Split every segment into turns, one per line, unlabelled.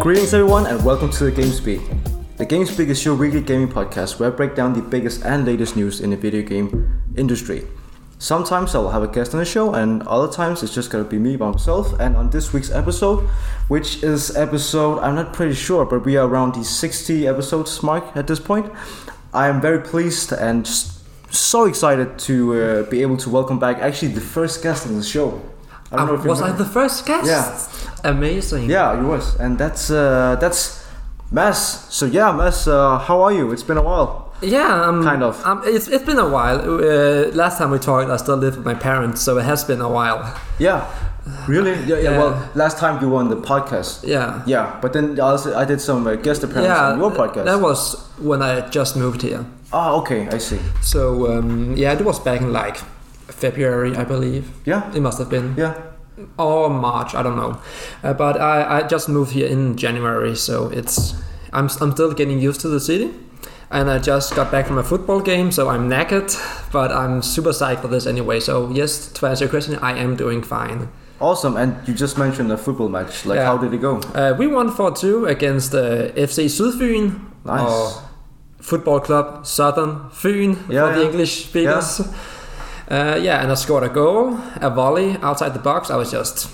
Greetings, everyone, and welcome to the GameSpeak. The GameSpeak is your weekly gaming podcast where I break down the biggest and latest news in the video game industry. Sometimes I will have a guest on the show, and other times it's just gonna be me by myself. And on this week's episode, which is episode, I'm not pretty sure, but we are around the 60 episodes mark at this point. I am very pleased and s- so excited to uh, be able to welcome back actually the first guest on the show. I don't know if
Uh,
you
was I
remember.
the first guest?
Yeah.
Amazing.
Yeah, you was, and that's uh, that's Mass. So yeah, Mass, uh, how are you? It's been a while.
Yeah, um,
Kind of.
Um, it's, it's been a while. Uh, last time we talked, I still lived with my parents, so it has been a while.
Yeah, really? Yeah, yeah.
Yeah.
Well, last time you were on the podcast.
Yeah.
Yeah, but then I also I did some uh, guest appearance on your podcast.
That was when I just moved here.
oh, okay, I see.
So um, yeah, it was back in like February, I believe.
Yeah,
It must have been
yeah.
or March. I don't know. Uh, but I, I just moved here in January, so it's I'm I'm still getting used to the city. And I just got back from a football game, so I'm knackered, but I'm super psyched for this anyway. So yes, to answer your question, I am doing fine.
Awesome. And you just mentioned a football match. Like,
Yeah.
how did it go?
Uh, we won 4-2 against uh, FC Sydfyn,
Nice.
or football club Southern Fyn
Yeah,
for the
yeah.
English speakers. Uh, yeah, and I scored a goal, a volley outside the box. I was just,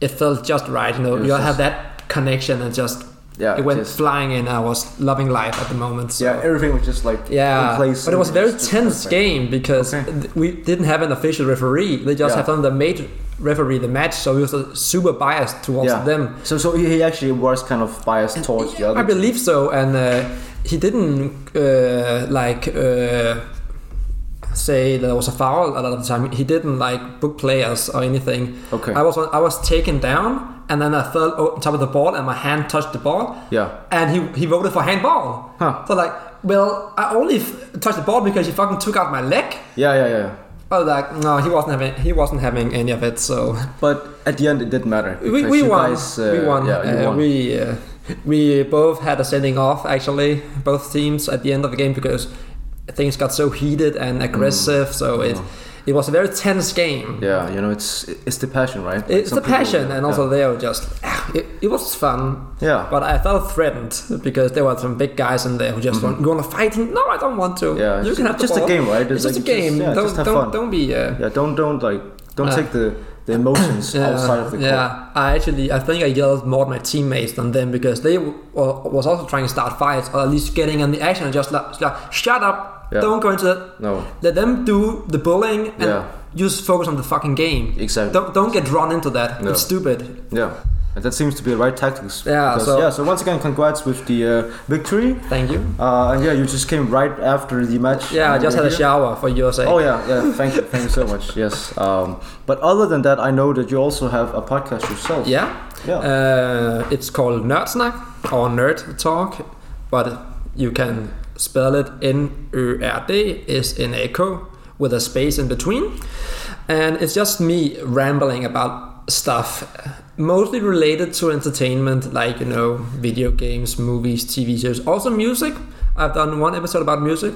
it felt just right. You know,
It was
you
just-
have that connection and just
Yeah,
it went
just-
flying in. I was loving life at the moment. So.
yeah, everything was just like
Yeah,
in place.
but it was a
and
very
just-
tense
perfect.
game because
Okay.
th- we didn't have an official referee. They just
Yeah.
have done the made referee the match, so we were super biased towards
Yeah.
them.
So, so he he actually was kind of biased towards the other.
I believe so, and uh, he didn't uh, like uh, say that it was a foul a lot of the time. He didn't like book players or anything.
Okay.
I was I was taken down, and then I fell on top of the ball, and my hand touched the ball.
Yeah.
and he he voted for handball.
Huh.
So like, well, I only f- touched the ball because he fucking took out my leg.
Yeah, yeah, yeah.
I was like, no, he wasn't having he wasn't having any of it. So
But at the end, it didn't matter.
we,
because
we
you
won.
guys, uh,
we won.
Yeah, you
Uh,
won.
We uh, we both had a sending off actually, both teams at the end of the game because things got so heated
Mm.
and aggressive. So it it was a very tense game.
Oh. Yeah, you know, it's it's the passion, right? Like
It's
some
the
people-
passion, and also they were just. ah, It, it was fun,
yeah,
but I felt threatened because there were some big guys in there who just want, you want to fight. No, I don't want to.
Mm-hmm. Yeah,
you
it's
can have the
just a
ball."
game, right?
It's,
It's
just a
like, just-
game.
yeah,
don't
just have
don't
fun.
don't be. Uh,
yeah. Don't don't like don't
Uh,
take the the emotions outside of the court.
yeah. I actually I think I yelled more at my teammates than them because they w- was also trying to start fights or at least getting in the action and just like, just like, shut up,
Yeah.
don't go into that.
No,
Let them do the bullying and
Yeah.
just focus on the fucking game.
Exactly.
Don't don't get drawn into that.
No.
It's stupid.
yeah, and that seems to be the right tactics.
Yeah,
because-
so-
yeah. So once again, congrats with the uh, victory.
Thank you.
Uh, and yeah, you just came right after the match.
Yeah, I
and you
just had
were
a
here.
shower for your sake.
Oh yeah, yeah. Thank you, thank you so much. Yes. Um, but other than that, I know that you also have a podcast yourself.
Yeah.
Yeah.
Uh, it's called Nerdsnak or Nerd Talk, but you can spell it N Ö R D S N A K with a space in between. And it's just me rambling about stuff mostly related to entertainment, like, you know, video games, movies, TV shows, also music. I've done one episode about music.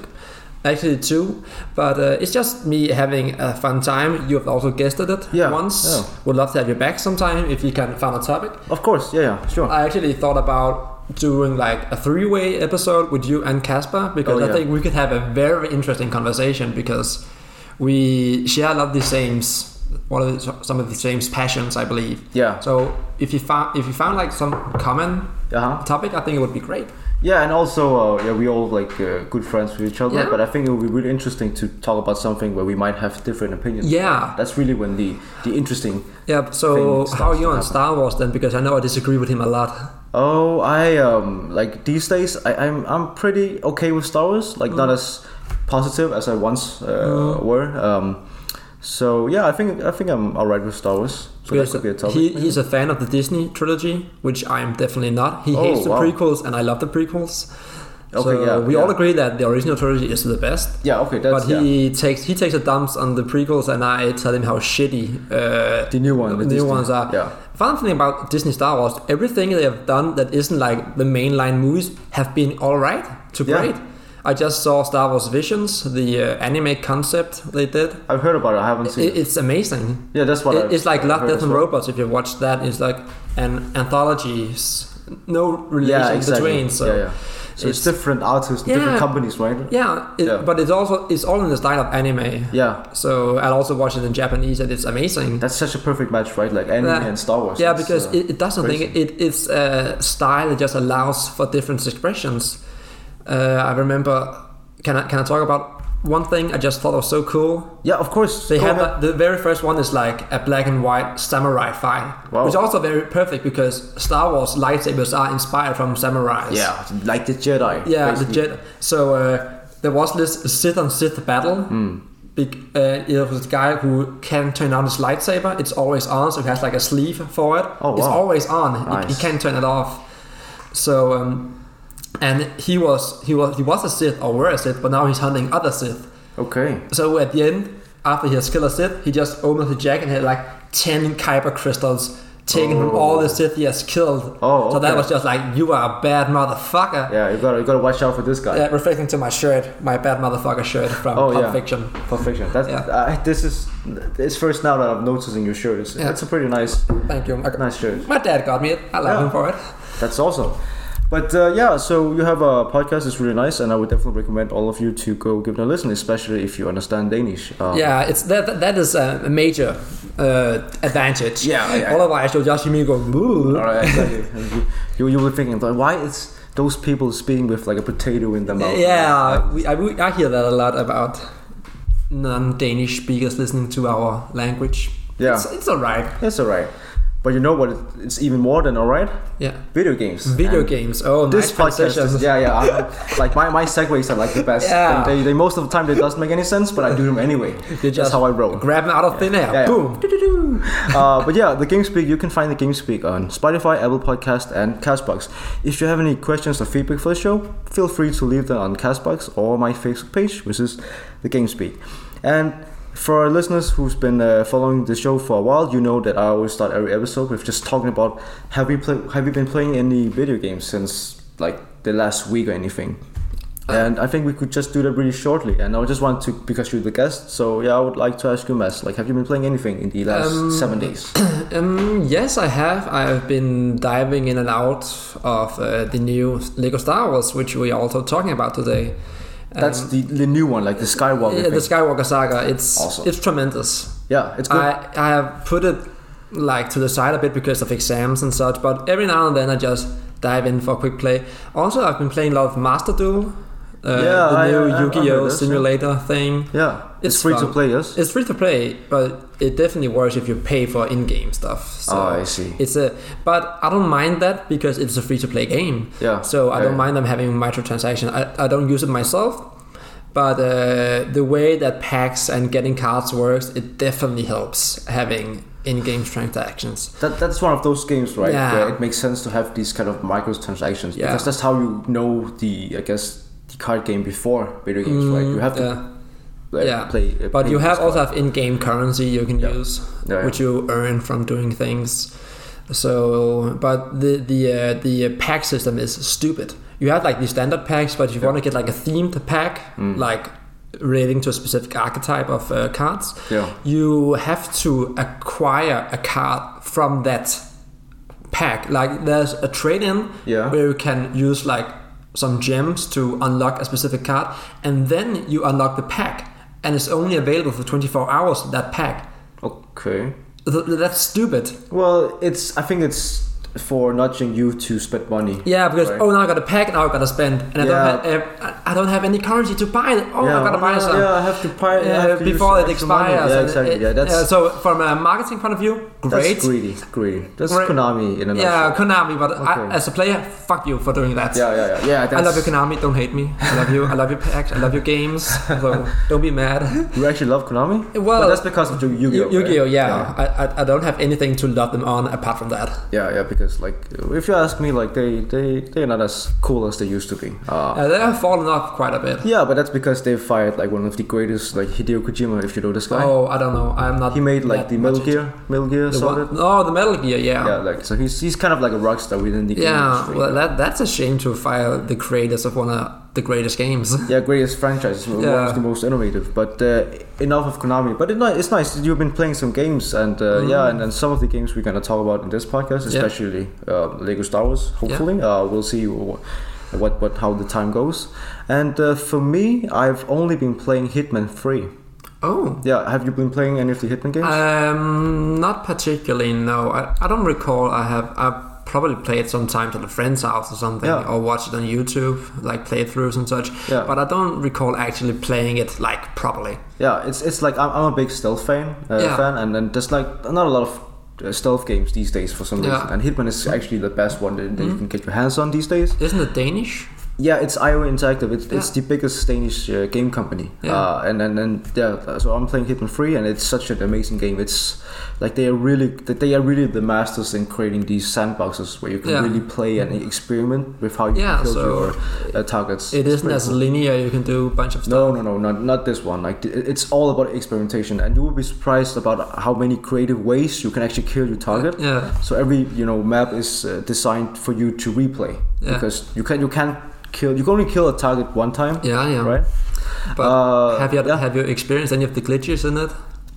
Actually, two, but uh, it's just me having a fun time. You have also guessed at it
Yeah,
once.
yeah.
Would love to have you back sometime if you can find a topic.
Of course. Yeah, yeah. Sure.
I actually thought about doing like a three-way episode with you and Casper because
Oh, yeah.
I think we could have a very interesting conversation because we share a lot of the same, one of the, some of the same passions, I believe.
yeah.
So if you found if you found like some common
Uh huh.
topic, I think it would be great.
Yeah, and also uh, yeah, we all like uh, good friends with each other.
Yeah.
But I think it would be really interesting to talk about something where we might have different opinions.
Yeah,
that's really when the the interesting.
yeah.
Thing
So
starts
how are
to
you on
happen.
Star Wars then? Because I know I disagree with him a lot.
Oh, I um like these days I, I'm I'm pretty okay with Star Wars. Like
Mm.
not as positive as I once uh, were. Um, so yeah, I think I think I'm alright with Star Wars. So that
Because
could be a topic.
he, he's a fan of the Disney trilogy, which I am definitely not. He
Oh,
hates the
wow.
prequels, and I love the prequels.
Okay,
so
yeah,
we
yeah.
all agree that the original trilogy is the best.
yeah, okay, that's
but he takes he takes a dumps on the prequels, and I tell him how shitty uh,
The new one,
the
the
new
Disney-
ones are.
yeah.
Fun thing about Disney Star Wars: everything they have done that isn't like the mainline movies have been all right to
Yeah.
great. I just saw Star Wars Visions, the uh, anime concept they did.
yeah. I've heard about it. I haven't seen.
It,
It,
it's amazing.
yeah, that's what
It-
I-
it's like Love,
heard
Death,
as
and
well.
Robots. If you watch that, it's like an anthologies no relation
yeah, exactly.
between. So
yeah, yeah. So it's,
it's-
different artists,
Yeah.
different companies, right?
Yeah, it,
Yeah.
but it's also it's all in the style of anime.
Yeah.
So I also watch it in Japanese, and it's amazing.
That's such a perfect match, right? Like anime
Yeah.
and Star Wars.
yeah,
It's,
because
uh,
it, it doesn't
crazy.
think it, it's a style that just allows for different expressions. Uh, I remember. Can I can I talk about one thing I just thought was so cool?
yeah, of course.
They
Go
have
ahead.
a, the very first one is like a black and white samurai fight,
Wow.
which is also very perfect because Star Wars lightsabers are inspired from samurais.
Yeah, like the Jedi.
Yeah,
basically.
the Jedi. So uh, there was this Sith on Sith battle.
Hmm.
Big, uh, it was a guy who can turn on his lightsaber. It's always on, so he has like a sleeve for it.
Oh,
It's
wow.
always on. He- He,
Nice.
can't turn it off. So, um, and he was he was he was a Sith or were a Sith, but now he's hunting other Sith.
Okay.
So at the end, after he has killed a Sith, he just opens the jacket and had like ten Kyber crystals taken from all the Sith he has killed.
Oh,
so that
okay.
was just like you are a bad motherfucker.
Yeah, you gotta you gotta watch out for this guy.
Yeah, referring to my shirt, my bad motherfucker shirt from
Oh,
Pulp
yeah.
Fiction.
Perfection. That's
Yeah.
uh, this is it's first now that I'm noticing your shirt. It's,
Yeah.
That's a pretty nice
Thank you. I got-
nice Oh. shirt.
My dad got me it. I love
Yeah.
him for it.
That's awesome. But uh, yeah, so you have a podcast. It's really nice, and I would definitely recommend all of you to go give it a listen, especially if you understand Danish. Um,
Yeah, it's that that- that is a major uh, advantage.
Yeah, I- I-
Otherwise, you'll just hear me go boo.
All right. Exactly. And you, you you were thinking like, why is those people speaking with like a potato in their mouth?
Yeah, we, I, we, I hear that a lot about non-Danish speakers listening to our language.
Yeah.
it's, it's all right.
That's alright. But you know what? It's even more than alright.
Yeah,
Video games.
video
And
games. Oh,
This
nice
podcast
transition.
is yeah yeah. I, like my, my segues are like the best.
Yeah.
They, they most of the time they doesn't make any sense, but I do them anyway.
You
That's
just
how I roll.
grab them out of thin air.
Yeah, yeah.
Boom. Do-do-do.
uh, but yeah, the GameSpeak, you can find the GameSpeak on Spotify, Apple Podcast, and Castbox. If you have any questions or feedback for the show, feel free to leave them on Castbox or my Facebook page, which is the GameSpeak. And for our listeners who's been uh, following the show for a while, you know that I always start every episode with just talking about have you play, have you been playing any video games since like the last week or anything.
Ah.
And I think we could just do that really shortly. And I just want to, because you're the guest, so yeah, I would like to ask you, Mass, like, have you been playing anything in the last
Um,
seven days?
Um, yes, I have. I've been diving in and out of uh, the new Lego Star Wars, which we are also talking about today. Um,
That's the, the new one, like the Skywalker.
yeah,
thing.
the Skywalker saga. It's
Awesome.
it's tremendous.
yeah, it's good.
I I have put it like to the side a bit because of exams and such, but every now and then I just dive in for a quick play. Also, I've been playing a lot of Master Duel, uh,
Yeah,
the
I-
new
I- I- I
Yu-Gi-Oh
heard this, yeah.
simulator thing.
yeah, it's,
it's
free to
fun.
play, yes?
It's free to play, but it definitely works if you pay for in-game stuff. So
oh, I see.
It's a, but I don't mind that because it's a free to play game.
Yeah.
So I
yeah,
don't
yeah.
mind them having microtransaction. I, I don't use it myself, but uh, the way that packs and getting cards works, it definitely helps having in-game transactions.
That, that's one of those games, right?
Yeah.
Where it makes sense to have these kind of microtransactions
Yeah.
because that's how you know the, I guess, the card game before video games, right? You have to
Mm, yeah.
uh,
yeah.
play. uh,
But
play
you
this
have
card.
also have in-game currency you can
Yeah.
use,
Yeah, yeah.
which you earn from doing things. So, but the the uh, the pack system is stupid. You have like the standard packs, but if you want to get like a themed pack,
Mm.
like relating to a specific archetype of uh, cards,
Yeah.
you have to acquire a card from that pack. Like there's a trade in
Yeah.
where you can use like some gems to unlock a specific card, and then you unlock the pack, and it's only available for 24 hours. That pack.
Okay.
Th- That's stupid.
Well, it's. I think it's for nudging you to spend money.
Yeah, because
Right.
oh now I gotta pack, now I gotta spend, and I don't
Yeah.
have eh, I I don't have any currency to buy. it. Oh, I gotta buy
yeah,
some
Yeah, I have to buy I
eh,
have to use
before it
extra money.
expires.
Yeah,
and
exactly.
it-
yeah, that's
eh, so from a marketing point of view, great.
that's greedy. Greedy. That's
Great.
Konami in a
yeah,
nutshell.
Konami, but
Okay.
I, as a player, fuck you for doing that.
Yeah, yeah, yeah. yeah
I love you,
that's-
Konami. Don't hate me. I love you. I love your packs. I love your games. So don't be mad.
You actually love Konami?
Well,
but that's because of Yu- Yu-Gi-Oh.
Yu- Yu-Gi-Oh,
right?
yeah. I, I, I don't have anything to love them on apart from that.
yeah, yeah, Because like, if you ask me, like they they they're not as cool as they used to be. Uh,
Uh, they have fallen off up quite a bit.
Yeah, but that's because they fired like one of the greatest, like Hideo Kojima, if you know this guy.
Oh, I don't know. I'm not.
He made like
that
the Metal
much
Gear, Metal Gear
into- The
Solid.
one, oh, the Metal Gear. Yeah.
Yeah,
Yeah.
like so he's he's kind of like a rock star within the game industry.
well, that that's a shame to fire the creators of one of the greatest games.
yeah, greatest franchises, one
Yeah.
of the most innovative. But uh, enough of Konami. But it, ni- it's nice that you've been playing some games, and uh, yeah, and, and some of the games we're gonna talk about in this podcast,
Mm. Yeah.
especially uh, Lego Star Wars. Hopefully, uh, we'll see wh- what what how the time goes. And uh, for me, I've only been playing Hitman Three.
Oh.
Yeah, have you been playing any of the Hitman
Uh,
games?
Um, not particularly. No, I, I don't recall. I have I probably played sometimes at a friend's house or something,
Yeah.
or watched it on YouTube, like playthroughs and such.
Yeah.
But I don't recall actually playing it like properly.
Yeah, it's it's like I'm, I'm a big stealth fan, uh,
Yeah.
fan, and then there's like not a lot of uh, stealth games these days for some
Yeah. Mm.
reason. And Hitman is actually the best one that, that you can get your hands on these days.
Isn't it Danish?
Yeah, it's IO Interactive. It's, it's the
Yeah.
biggest Danish uh, game company.
Yeah.
Uh, and and and yeah, uh, so I'm playing Hitman Three, and it's such an amazing game. It's like they are really that they are really the masters in creating these sandboxes where you can
Yeah. Mm-hmm.
really play and experiment with how you
Yeah,
can kill
so
your uh, targets.
It
It's
isn't
pretty
as
cool.
linear. You can do a bunch of stuff.
No, no, no, not not this one. Like it- it's all about experimentation, and you will be surprised about how many creative ways you can actually kill your target.
Yeah.
So every you know map is uh, designed for you to replay
Yeah.
because you can you can't kill you can only kill a target one time,
Yeah, yeah.
right?
But
Uh,
have you
yeah.
have you experienced any of the glitches in it?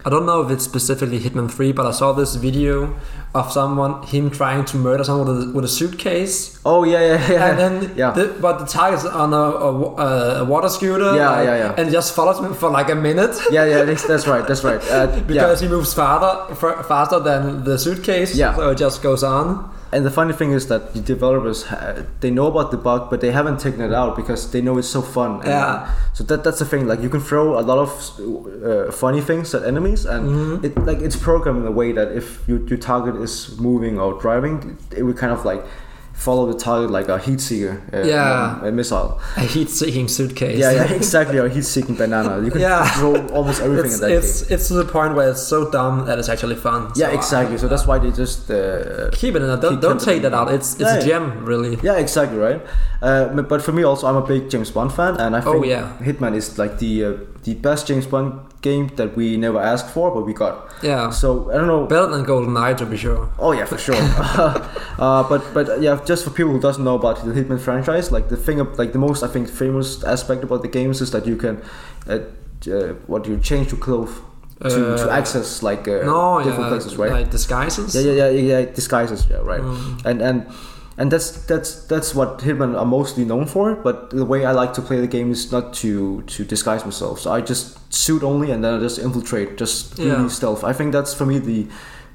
I don't know if it's specifically Hitman 3, but I saw this video of someone him trying to murder someone with a, with a suitcase,
Oh yeah, yeah, yeah.
and then
yeah.
the, but the target's on a, a wa- a, a water scooter.
Yeah,
like,
yeah, yeah.
And just follows me for like a minute
yeah, yeah, that's, that's right, that's right. Uh, yeah.
because he moves farther f- faster than the suitcase.
Yeah.
so it just goes on.
And the funny thing is that the developers ha- they know about the bug, but they haven't taken it out because they know it's so fun. And-
Yeah.
So that that's the thing. Like you can throw a lot of uh, funny things at enemies, and
Mm-hmm.
it like it's programmed in a way that if you, your target is moving or driving, it will kind of like follow the target like a heat seeker, uh,
Yeah.
a missile.
A heat-seeking suitcase.
Yeah, yeah, exactly. Or heat seeking banana. You can
Yeah.
throw almost everything
It's,
at that
it's,
game.
it's to the point where it's so dumb that it's actually fun.
Yeah,
So I-
exactly. So that's why they just uh,
Keep it in. Don't,
Keep
don't
it
take
in.
that out. It's it's
Yeah,
a
yeah.
gem, really.
Yeah, exactly right. Uh, m- but for me, also, I'm a big James Bond fan, and I
Oh,
think
yeah.
Hitman is like the uh, the best James Bond game that we never asked for, but we got.
Yeah.
So I don't know.
Better than Golden Eye, to be sure.
Oh yeah, for sure. uh, but but yeah, just for people who doesn't know about the Hitman franchise, like the thing, ab- like the most I think famous aspect about the games is that you can, uh, uh, what do you change your clothes to, to
Uh,
access like uh,
no,
different
yeah,
places, right?
Like disguises.
Yeah, yeah, yeah, yeah, yeah. Disguises, yeah, right.
Mm.
And and and that's that's that's what Hitman are mostly known for. But the way I like to play the game is not to to disguise myself. So I just suit only, and then I just infiltrate, just really
Yeah. Mm.
stealth. I think that's for me the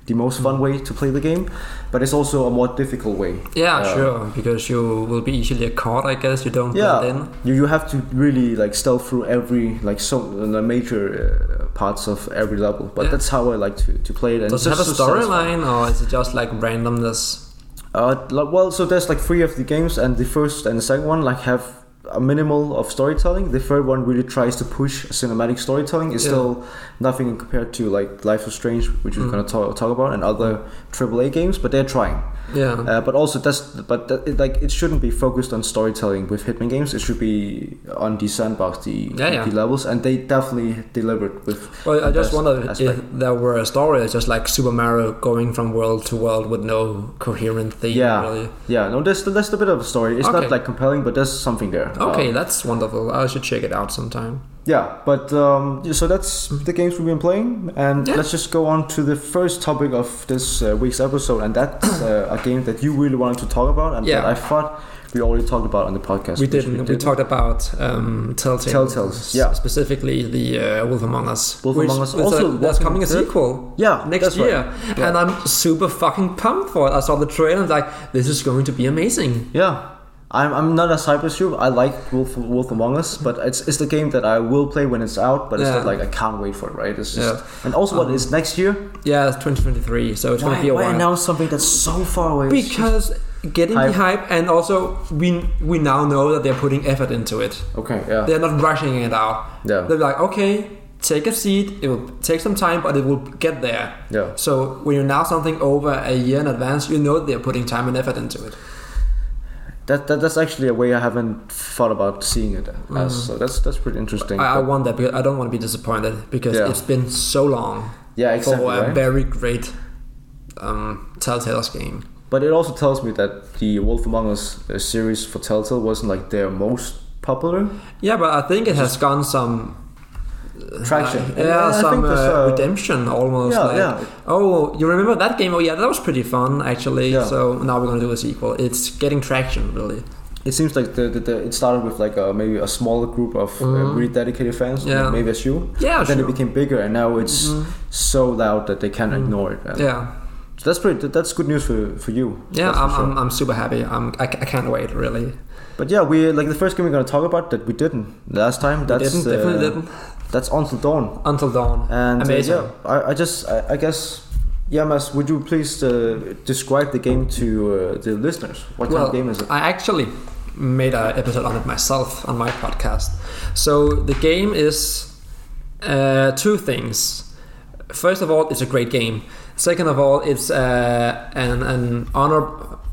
the most fun way to play the game, but it's also a more difficult way.
Yeah,
Uh,
sure. Because you will be easily caught, I guess. You don't blend
Yeah,
in.
you, you have to really like stealth through every like some the major uh, parts of every level. But
Yeah.
that's how I like to, to play it. And
Does it
it's
have a
just so satisfying.
storyline, or is it just like randomness?
Uh, like, well, so there's like three of the games, and the first and the second one like have a minimal of storytelling. The third one really tries to push cinematic storytelling. It's
Yeah.
still nothing compared to like Life is Strange, which we're
Mm.
gonna talk, talk about, and other AAA games. But they're trying.
Yeah.
Uh, but also that's but that, it, like it shouldn't be focused on storytelling with Hitman games. It should be on the sandbox, the,
Yeah, yeah.
the levels, and they definitely delivered with.
well, I
the
just
best
wondered if
aspect.
there were a story. It's just like Super Mario going from world to world with no coherent theme.
Yeah.
Really.
Yeah, no, there's there's a bit of a story. It's
Okay.
not like compelling, but there's something there. Um,
Okay, that's wonderful. I should check it out sometime.
Yeah, but um, yeah, so that's the games we've been playing, and
Yeah.
let's just go on to the first topic of this uh, week's episode, and that's uh, a game that you really wanted to talk about, and
Yeah.
that I thought we already talked about on the podcast.
we
which
didn't. We, talked about um, Telltale.
Telltales, yeah.
Specifically, the uh, Wolf Among Us.
Wolf
which
Among Us
is a-
also
there's
wasn't
coming a
good.
sequel.
Yeah,
Next
that's right.
year,
Yeah.
and I'm super fucking pumped for it. I saw the trailer and like, this is going to be amazing.
Yeah, I'm, I'm not a cyber soup. I like Wolf, Wolf Among Us, but it's, it's the game that I will play when it's out, but it's
Yeah.
not like I can't wait for it, right? It's just,
Yeah.
And also, what is next year?
Yeah, it's 2023, so it's going to be a while.
announce something that's so far away? It's just-
Because getting
Hype.
the hype, and also we we now know that they're putting effort into it.
Okay, yeah.
They're not rushing it out.
Yeah.
They're like, okay, take a seat. It will take some time, but it will get there.
Yeah.
So when you announce something over a year in advance, you know they're putting time and effort into it.
That, that that's actually a way I haven't f- thought about seeing it as. So that's that's pretty interesting.
Mm. I, I
But-
want that because I don't want to be disappointed because
Yeah.
it's been so long
yeah, exactly.
for a
right?
very great um, Telltale's game.
But it also tells me that the Wolf Among Us uh, series for Telltale wasn't like their most popular
Yeah, but I think it has gone some uh,
traction.
yeah,
And- and I
some
think there's,
uh,
uh,
redemption almost.
Yeah,
like,
yeah.
Oh, you remember that game? Oh yeah, that was pretty fun actually.
Yeah.
So now we're gonna do a sequel. It's getting traction really.
It seems like the, the, the it started with like a, maybe a smaller group of uh, really dedicated fans,
Mm-hmm. Yeah.
maybe as you.
Yeah,
then
sure. Mm-hmm.
it became bigger, and now it's so loud that they can't ignore it. And
yeah.
so that's pretty. that- That's good news for for you.
Yeah,
that's for
I'm,
sure.
I'm, I'm super happy. I'm, I, ca- I can't wait, really.
But yeah, we like the first game we're gonna talk about that we didn't last time. That's
didn't, definitely
uh,
didn't.
That's Until Dawn.
Until Dawn.
And uh,
Amazing.
yeah, I, I just, I, I guess, yeah, Mas, would you please uh, describe the game to uh, the listeners? What kind
well,
of game is it?
I actually made an episode on it myself on my podcast. So the game is uh, two things. First of all, it's a great game. Second of all, it's uh, an, an honor,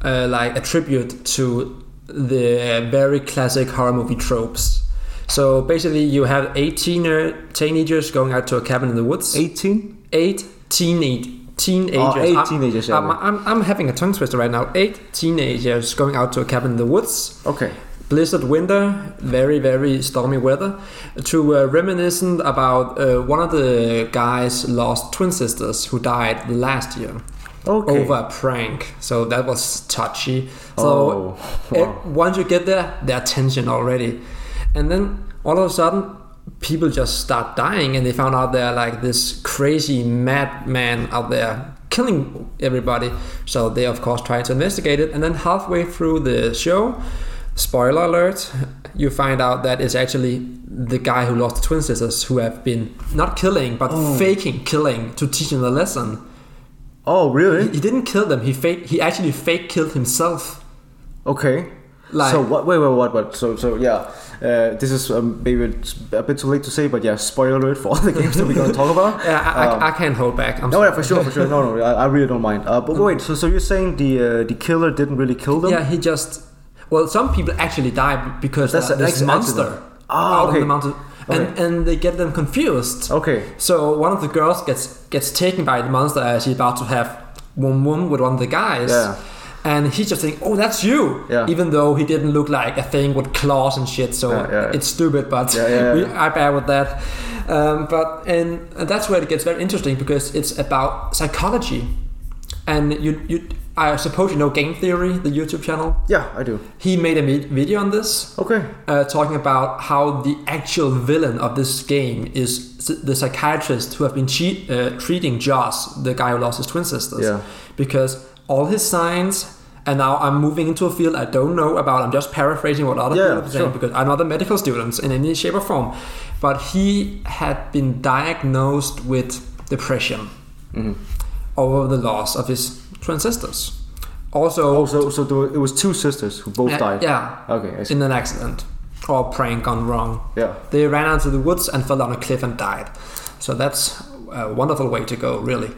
uh, like a tribute to the very classic horror movie tropes. So basically, you have eight teener, teenagers going out to a cabin in the woods.
18?
eight teenage teenagers.
Oh, eight
I'm-
teenagers, yeah.
I'm, I'm, I'm having a tongue twister right now. Eight teenagers going out to a cabin in the woods,
Okay.
blizzard winter, very very stormy weather, to uh, reminisce about uh, one of the guys' lost twin sisters who died last year
Okay.
over a prank. So that was touchy.
Oh,
So eh,
wow.
once you get there, their tension already, and then all of a sudden, people just start dying, and they found out they're like this crazy madman out there killing everybody. So they of course try to investigate it, and then halfway through the show. Spoiler alert, you find out that it's actually the guy who lost the twin sisters who have been not killing but
Mm.
faking killing to teach them a lesson.
Oh, really?
He didn't kill them. He fake. He actually fake killed himself.
Okay.
Like-
so what? Wait, wait, what? What? So, so yeah. Uh, this is um, maybe it's a bit too late to say, but yeah, spoiler alert for all the games that we're gonna talk about.
Yeah, I,
Um,
I, I can't hold back. I'm
No,
sorry.
yeah, for sure, for sure. No, no, I, I really don't mind. Uh, but wait, so so you're saying the uh, the killer didn't really kill them?
Yeah, he just. Well, some people actually die because
That's
that's
an
this
acc-
monster
accident. Ah,
out
okay.
on the mountain, and
Okay.
and they get them confused.
Okay.
So one of the girls gets gets taken by the monster as she's about to have one one with one of the guys.
Yeah.
And he just think, oh, that's you.
Yeah.
Even though he didn't look like a thing with claws and shit, so
Yeah, yeah.
it's stupid. But
Yeah, yeah,
we,
yeah.
I bear with that. Um, but and, and that's where it gets very interesting because it's about psychology, and you you I suppose you know game theory, the YouTube channel.
Yeah, I do.
He made a vid- video on this
Okay.
uh, talking about how the actual villain of this game is s- the psychiatrist who have been cheat, uh, treating Joss, the guy who lost his twin sisters,
Yeah.
because all his signs. And now I'm moving into a field I don't know about. I'm just paraphrasing what other
Yeah,
people are saying
sure.
because I'm not a medical student in any shape or form. But he had been diagnosed with depression
Mm-hmm.
over the loss of his twin sisters. Also,
Oh, so so there were- it was two sisters who both
yeah,
died.
yeah,
Okay. I see.
in an accident or a prank gone wrong.
Yeah.
They ran out into the woods and fell down a cliff and died. So that's a wonderful way to go, really.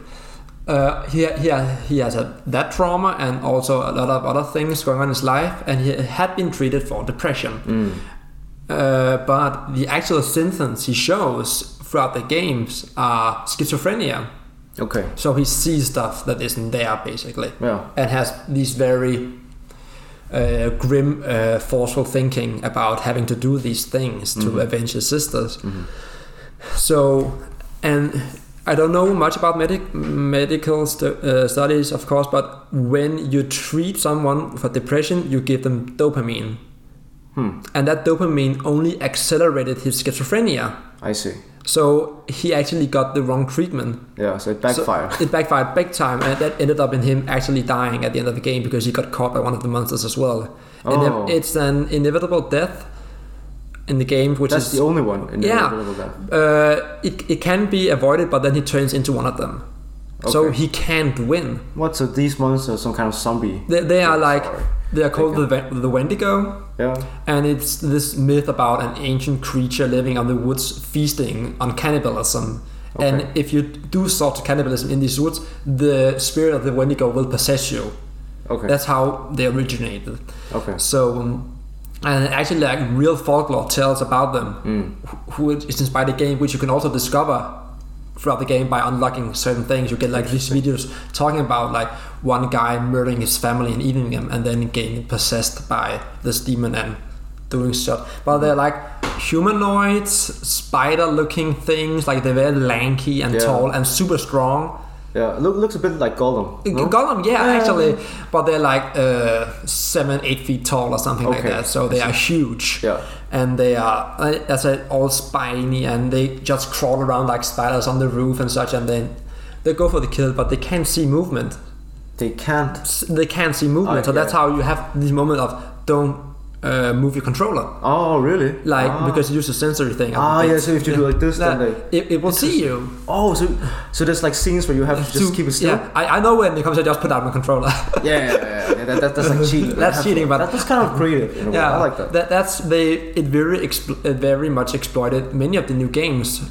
Uh, he, he, he has a, that trauma and also a lot of other things going on in his life, and he had been treated for depression. Uh, but the actual symptoms he shows throughout the games are schizophrenia.
Okay.
So he sees stuff that isn't there, basically,
Yeah.
and has these very uh, grim, uh, forceful thinking about having to do these things to avenge his sisters. So, and I don't know much about medic- medical stu- uh, studies, of course, but when you treat someone for depression, you give them dopamine.
Hmm.
And that dopamine only accelerated his schizophrenia.
I see.
So he actually got the wrong treatment.
Yeah, so it backfired.
So it backfired big time, and that ended up in him actually dying at the end of the game because he got caught by one of the monsters as well. And
Oh.
then it's an inevitable death in the game, which
That's
is
the only one in the
Yeah.
middle of that.
uh, it, it can be avoided, but then he turns into one of them, so
Okay.
he can't win.
What? So these monsters are some kind of zombie?
They, they are like
Sorry.
they are called the, Ven- the Wendigo.
Yeah.
And it's this myth about an ancient creature living on the woods feasting on cannibalism. And if you do sort of cannibalism in these woods, the spirit of the Wendigo will possess you.
Okay.
That's how they originated.
okay.
So um, and actually like real folklore tells about them
Mm.
wh- who is inspired the game which you can also discover throughout the game by unlocking certain things you get like these videos talking about like one guy murdering his family and eating them and then getting possessed by this demon and doing stuff but they're like humanoids spider looking things like they're very lanky and
Yeah.
tall and super strong
Yeah, look, looks a bit like Gollum.
G-
no?
Gollum, yeah,
Yeah.
actually, but they're like uh, seven, eight feet tall or something like
Okay,
that. So they are huge,
Yeah.
and they are, uh, as I said, all spiny, and they just crawl around like spiders on the roof and such. And then they go for the kill, but they can't see movement.
They can't.
S- They can't see movement,
Ah,
so that's
yeah.
how you have this moment of don't uh, move your controller,
Oh, really?
like
Ah.
because you use the sensory thing.
Ah, yeah, so if you do like this, then
Like, it, it will see you.
Oh, so so there's like scenes where you have to just
So,
keep it still.
Yeah, I, I know when it comes. I just put out my controller.
yeah, yeah, yeah, yeah. That, that, that's like cheating.
That's cheating, but-
that, that's kind of creative. In a way. I like that.
That's they it very expl- it very much exploited many of the new games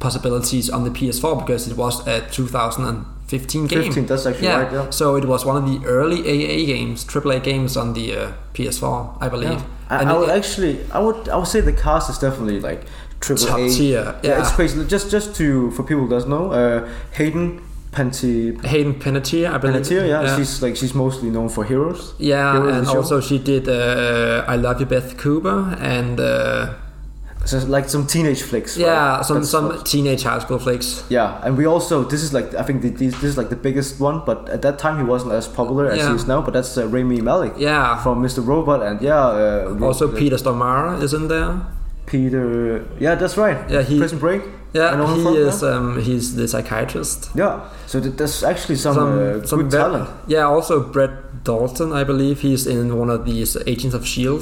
possibilities on the PS4 because it was a 2015 game.
15, that's actually
yeah.
right, yeah.
So it was one of the early AA games, AAA games on the uh, PS4, I believe.
I,
And
I
it-
would actually, I would, I would say the cast is definitely like triple
Top
A.
tier,
it's
yeah.
crazy. Just, just to for people who doesn't know, uh, Hayden Panty
Hayden Panettiere, I believe.
Panettiere, yeah, she's like she's mostly known for Heroes.
Yeah,
Hero of the
and
show.
also she did uh, I Love You, Beth Cooper, and uh,
So it's like some teenage flicks. right?
yeah, some
That's
some
what-
teenage high school flicks.
yeah, and we also this is like I think the, this, this is like the biggest one, but at that time he wasn't as popular as
Yeah.
he is now. But that's uh, Rami Malik
Yeah.
from Mr. Robot, and yeah, uh,
also,
Peter.
Peter Stormare is in there.
Peter. Yeah, that's right.
Yeah, he-
Prison Break. I know
Yeah,
him
he
from
is.
that.
Um, he's the psychiatrist.
Yeah, so th- there's actually some, uh, good
ve-
talent.
Yeah, also Brett Dalton, I believe he's in one of these Agents of Shield.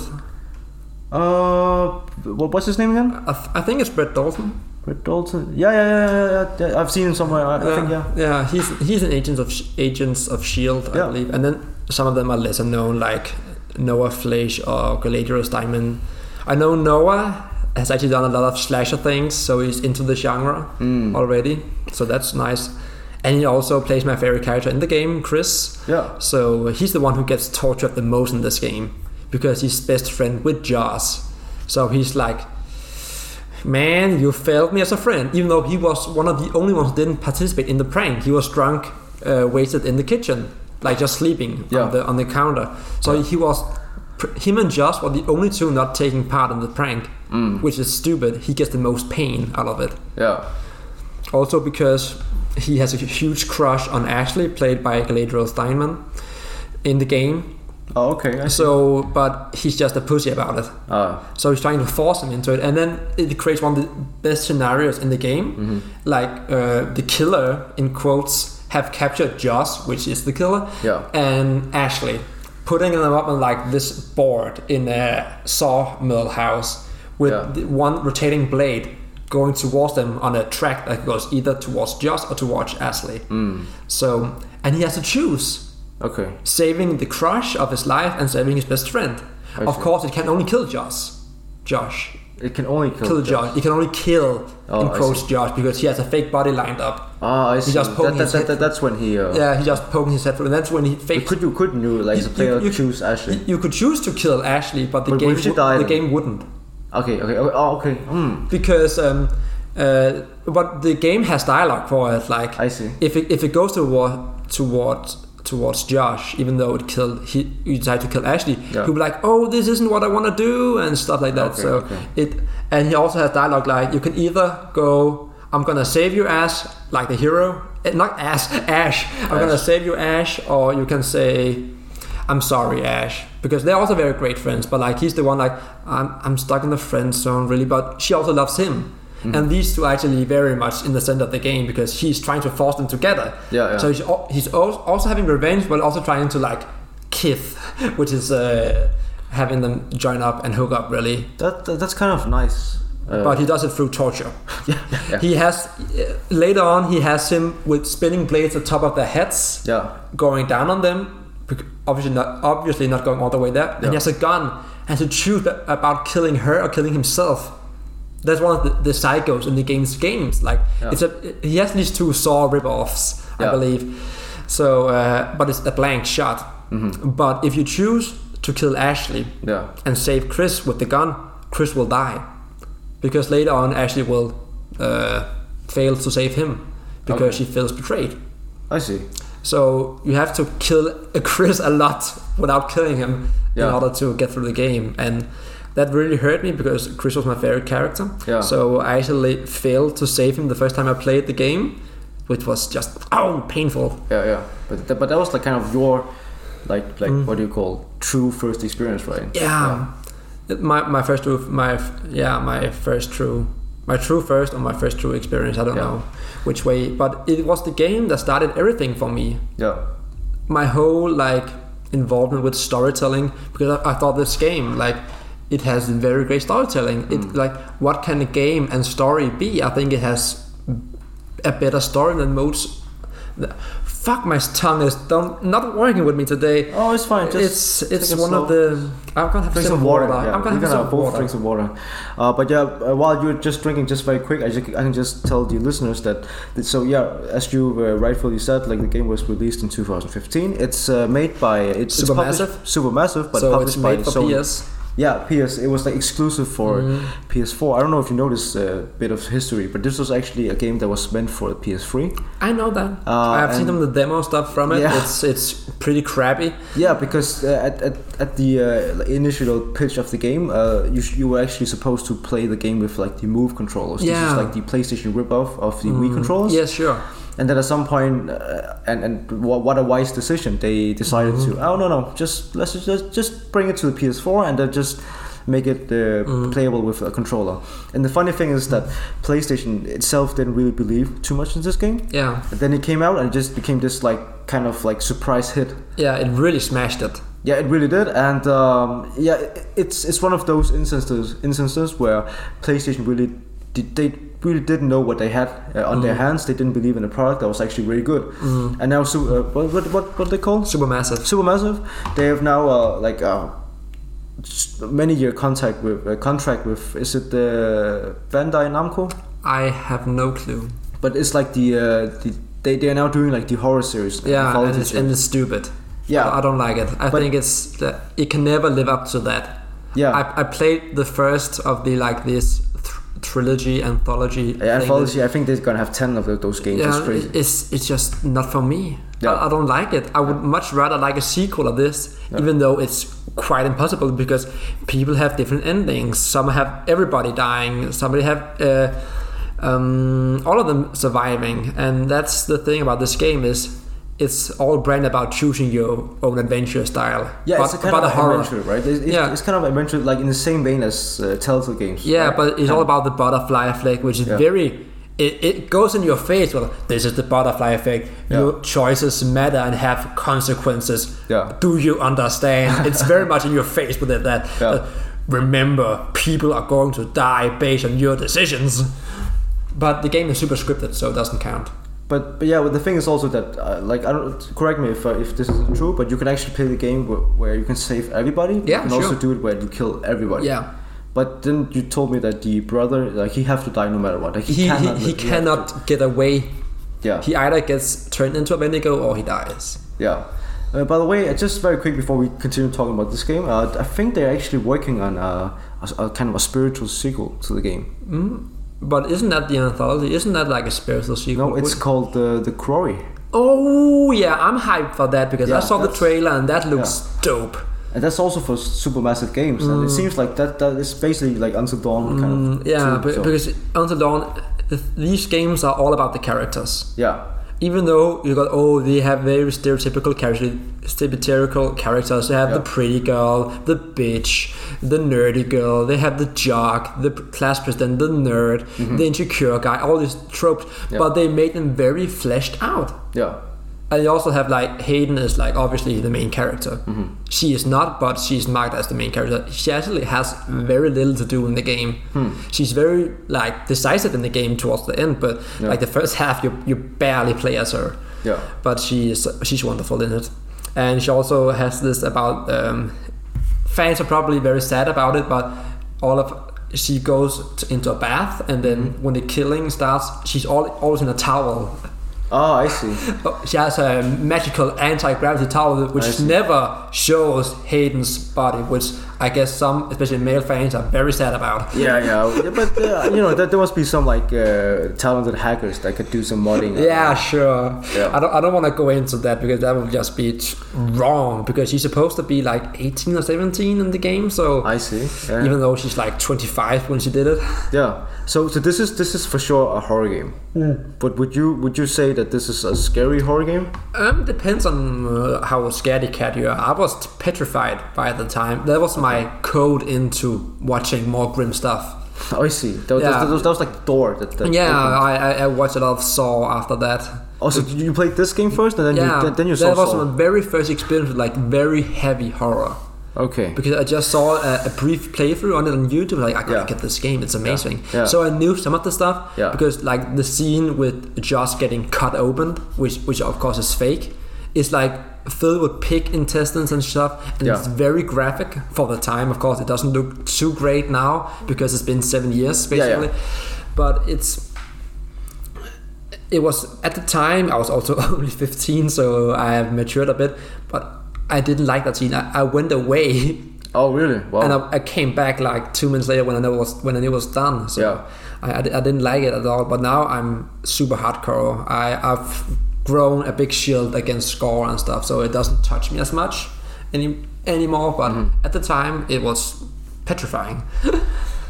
Uh, what, what's his name again?
I, th- I think it's Brett Dalton.
Brett Dalton. Yeah, yeah, yeah, yeah, yeah, yeah. I've seen him somewhere. I, I think yeah.
yeah, he's he's in Agents of Sh- Agents of Shield, I
Yeah.
believe. And then some of them are lesser known, like Noah Fleisch or Galadius Diamond. I know Noah has actually done a lot of slasher things, so he's into the genre
Hmm.
already. So that's nice. And he also plays my favorite character in the game, Chris.
Yeah.
So he's the one who gets tortured the most in this game because he's best friend with Jaws. So he's like, man, you failed me as a friend, even though he was one of the only ones who didn't participate in the prank. He was drunk, uh, wasted in the kitchen, like just sleeping
Yeah.
on the on the counter. So he was. pr- Him and Josh were the only two not taking part in the prank, which is stupid. He gets the most pain out of it.
Mm, Yeah.
Also because he has a huge crush on Ashley, played by Galadriel Steinman, in the game.
Oh, okay. I see.
So, but he's just a pussy about it.
Ah,
So he's trying to force him into it, and then it creates one of the best scenarios in the game.
Mm-hmm.
Like uh, the killer, in quotes, have captured Joss, which is the killer,
Yeah.
and Ashley, putting them up on like this board in a sawmill house with
Yeah.
the one rotating blade going towards them on a track that goes either towards Joss or towards Ashley.
Mm.
So, and he has to choose
okay.
saving the crush of his life and saving his best friend.
I
of
see.
course, it can only kill Josh. Josh.
It can only kill.
Kill Josh. It can only kill,
Oh,
in
I
quotes, Josh because he has a fake body lined up.
Ah, I see.
just poking
that, that,
his
that,
head.
that- that's when he. Uh,
Yeah, he's just poking his head through. And that's when he
You
fakes.
could you couldn't you like
You-
as a player
you- you-
choose Ashley?
You could choose to kill Ashley, but the,
But
game,
would she
wou-
die
the
then?
game wouldn't.
okay, okay, okay. Oh, okay. Hmm.
because um, uh, but the game has dialogue for it. Like
I see.
if it, if it goes toward toward towards Josh, even though it killed he you decide to kill Ashley,
Yeah.
he'll be like, "Oh, this isn't what I want to do," and stuff like that.
Okay,
so
okay.
it and he also has dialogue like you can either go, "I'm gonna save your ass," like the hero, eh, not ass, Ash. I'm gonna
Ash.
save you, Ash, or you can say. I'm sorry, Ash, because they're also very great friends. But like, he's the one like I'm, I'm stuck in the friend zone really. But she also loves him,
Mm-hmm.
and these two are actually very much in the center of the game because he's trying to force them together.
Yeah, yeah.
So he's, al- he's al- also having revenge, but also trying to like kith, which is uh, having them join up and hook up really.
That, that that's kind of nice. Uh,
But he does it through torture.
yeah, yeah, yeah.
He has uh, later on he has him with spinning blades at top of their heads
yeah.
going down on them, bec- obviously not obviously not going all the way there. And
Yeah.
he has a gun, has to choose a- about killing her or killing himself. That's one of the, the psychos in the game's games. Like
Yeah.
it's a he has these two saw ripoffs, I
Yeah. Mm-hmm.
believe. So, uh, but it's a blank shot. But if you choose to kill Ashley
Yeah.
and save Chris with the gun, Chris will die. Because later on, Ashley will uh, fail to save him because
Okay.
she feels betrayed.
I see.
So you have to kill Chris a lot without killing him in
Yeah.
order to get through the game, and that really hurt me because Chris was my favorite character.
Yeah.
So I actually failed to save him the first time I played the game, which was just oh painful.
Yeah, yeah. But that, but that was like kind of your, like like what do you call true first experience, right?
Yeah. My my first true my f- yeah my first true my true first or my first true experience I don't
Yeah.
know which way but it was the game that started everything for me
Yeah.
my whole like involvement with storytelling because I, I thought this game like it has very great storytelling. It like what can a game and story be? I think it has a better story than most. Fuck, my tongue is don't, not working with me today.
Oh, it's fine.
it's
Just
it's
take it
one
slow.
of the. I'm gonna have
Drink
some,
some water. Yeah,
I'm gonna
we're
have
gonna
some
both
water.
drink some water. Uh, but yeah, uh, while you're just drinking, just very quick, I, just, I can just tell the listeners that, that. So yeah, as you uh, rightfully said, like the game was released in 2015. It's uh, made by it's it's published-
Supermassive?
Supermassive, but
so
published
it's made
by
for
Sony.
PS.
Yeah, PS. It was like exclusive for PS4. I don't know if you know this uh, bit of history, but this was actually a game that was meant for PS3.
I know that.
Uh,
I've seen
and-
them the demo stuff from it.
Yeah.
It's it's pretty crappy.
Yeah, because uh, at, at, at the uh, initial pitch of the game, uh, you, sh- you were actually supposed to play the game with like the Move controllers. This
Yeah.
is like the PlayStation ripoff of the Wii controllers.
Yes, sure.
And then at some point, uh, and and wha- what a wise decision they decided to. Oh no no, just let's just- just just bring it to the PS4 and then just make it uh, playable with a controller. And the funny thing is that PlayStation itself didn't really believe too much in this game.
Yeah.
And then it came out and it just became this like kind of like surprise hit.
Yeah, it really smashed it.
Yeah, it really did, and um, yeah, i- it's it's one of those instances instances where PlayStation really did, they really didn't know what they had uh, on
Mm.
their hands. They didn't believe in a product that was actually really good. And now, Su- uh, what what what what they call
Supermassive.
Supermassive, they have now uh, like uh, s- many year contact with uh, contract with is it the Bandai Namco?
I have no clue.
But it's like the, uh, the they they are now doing like the horror series. the
Yeah,
anthology
and it's,
series.
and it's stupid.
Yeah.
I don't like it. I
But-
think it's that it can never live up to that.
Yeah.
I, I played the first of the like this th- trilogy anthology.
Yeah,
thing.
anthology. I think they're gonna have ten of tho- those games. it's
Yeah,
crazy.
it's it's just not for me.
Yeah.
I, I don't like it. I would much rather like a sequel of this, even though it's quite impossible because people have different endings. Some have everybody dying. Somebody have uh, um, all of them surviving, and that's the thing about this game is it's all brand about choosing your own adventure style.
Yeah,
but,
it's a kind
but
of
a horror.
adventure, right? It's, it's,
Yeah.
it's kind of adventure, like in the same vein as uh, Telltale games.
Yeah,
right?
but it's all about the butterfly effect, which is
Yeah.
very. It, it goes in your face. Well, this is the butterfly effect. Your choices matter and have consequences.
Yeah.
Do you understand? it's very much in your face with it that.
Yeah.
that remember, people are going to die based on your decisions. But the game is super scripted, so it doesn't count.
but but yeah, well, the thing is also that uh, like I don't correct me if uh, if this isn't true, but you can actually play the game where, where you can save everybody. but
Yeah,
you can also
sure.
do it where you kill everybody.
Yeah.
But then you told me that the brother, like he have to die no matter what. Like, he,
He
cannot.
he, he
live. has to-
cannot get away.
Yeah.
He either gets turned into a Wendigo or he dies.
Yeah. Uh, by the way, uh, just very quick before we continue talking about this game, uh, I think they're actually working on uh, a, a kind of a spiritual sequel to the game.
But isn't that the anthology? Isn't that like a spiritual sequel?
No, it's called uh, the Quarry.
Oh yeah, I'm hyped for that because
Yeah,
I saw the
that's-
trailer and that looks dope.
And that's also for supermassive games. And it seems like that that is basically like Until Dawn kind of.
Mm. Yeah,
too,
be-
so-
because Until Dawn, th- these games are all about the characters.
yeah,
Even though you got oh they have very stereotypical character, stereotypical characters. They have the
Yeah.
pretty girl, the bitch, the nerdy girl. They have the jock, the p- class president, the nerd, the insecure guy. All these tropes,
Mm-hmm. Yeah.
but they made them very fleshed out.
yeah,
And you also have like Hayden is like obviously the main character.
Mm-hmm.
She is not, but she's marked as the main character. She actually has very little to do in the game.
Hmm.
She's very like decisive in the game towards the end, but
Yeah.
like the first half, you you barely play as her.
Yeah.
But she is she's wonderful in it, and she also has this about um, fans are probably very sad about it, but all of she
Mm-hmm.
goes t- into a bath, and then when the killing starts, she's all always in a towel.
Oh, I see.
Oh, She has a magical anti-gravity tower
I
which
see.
never shows Hayden's body, which I guess some, especially male fans, are very sad about.
Yeah, yeah. But uh, you know, there, there must be some like uh, talented hackers that could do some modding.
Yeah, sure.
Yeah.
I don't, I don't want to go into that because that would just be t- wrong. Because she's supposed to be like 18 or 17 in the game, so
I see. Yeah.
even though she's like 25 when she did it,
Yeah. So, so this is this is for sure a horror game. But would you would you say that this is a scary horror game?
um, depends on uh, how scaredy cat you are. I was petrified by the time. That was my code into watching more grim stuff.
Oh, I see. That was,
Yeah.
that, was, that was like the door. That, that
Yeah,
opened.
I, I, I watched a lot of Saw after that.
Oh, so you played this game first, and then
Yeah,
you then, then you saw.
that was
Saw.
my very first experience with like very heavy horror
Okay.
because I just saw a, a brief playthrough on it on YouTube. Like I gotta
Yeah.
get this game; it's amazing.
Yeah.
So I knew some of the stuff
Yeah.
because like the scene with Josh getting cut open, which which of course is fake, is like filled with pig intestines and stuff, and
Yeah.
it's very graphic for the time. Of course, it doesn't look too great now because it's been seven years
Yeah, yeah.
basically, but it's it was at the time I was also only 15, so I have matured a bit, but I didn't like that scene. I, I went away
Oh, really? Wow.
and I, I came back like two minutes later when I know it was when I knew it was done. So
Yeah.
I, I, di- I didn't like it at all. But now I'm super hardcore. I, I've grown a big shield against score and stuff, so it doesn't touch me as much any, anymore. But
Mm-hmm.
at the time, it was petrifying.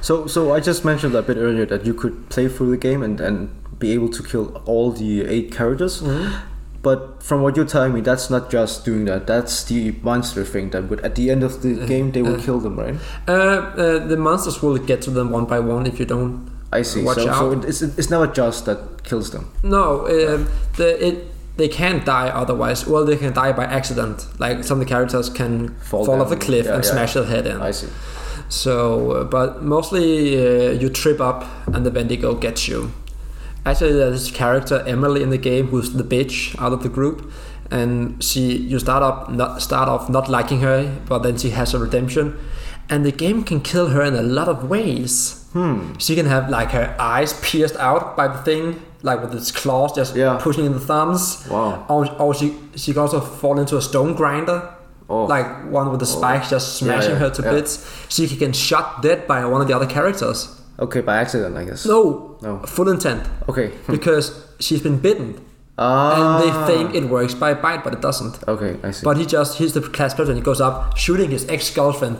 So, so I just mentioned a bit earlier that you could play through the game and, and be able to kill all the eight characters.
Mm-hmm.
But from what you're telling me, that's not just doing that. That's the monster thing that would at the end of
Mm-hmm.
the game they will kill them, right?
uh, uh, the monsters will get to them one by one if you don't
I see.
watch
so,
out.
so it's it's never just that kills them.
No, um, the, it they can't die otherwise. Well, they can die by accident. Like some of the characters can
Fall
fall, off a
down.
cliff
Yeah,
and
yeah.
smash their head in.
I see.
So, uh, but mostly uh, you trip up and the Bendigo gets you. Actually, there's this character Emily in the game who's the bitch out of the group, and she you start up not start off not liking her, but then she has a redemption, and the game can kill her in a lot of ways. Hmm. She can have like her eyes pierced out by the thing, like with its claws just
Yeah.
pushing in the thumbs.
Wow.
Or, or she she can also fall into a stone grinder.
Oh.
Like one with the spikes just
Yeah,
smashing
yeah,
her to
yeah.
bits. She can shot dead by one of the other characters.
Okay, by accident, I guess.
No,
No.
full intent
Okay.
because she's been bitten,
Ah.
and they think it works by bite, but it doesn't.
Okay, I see.
But he just he's the class president. He goes up shooting his ex girlfriend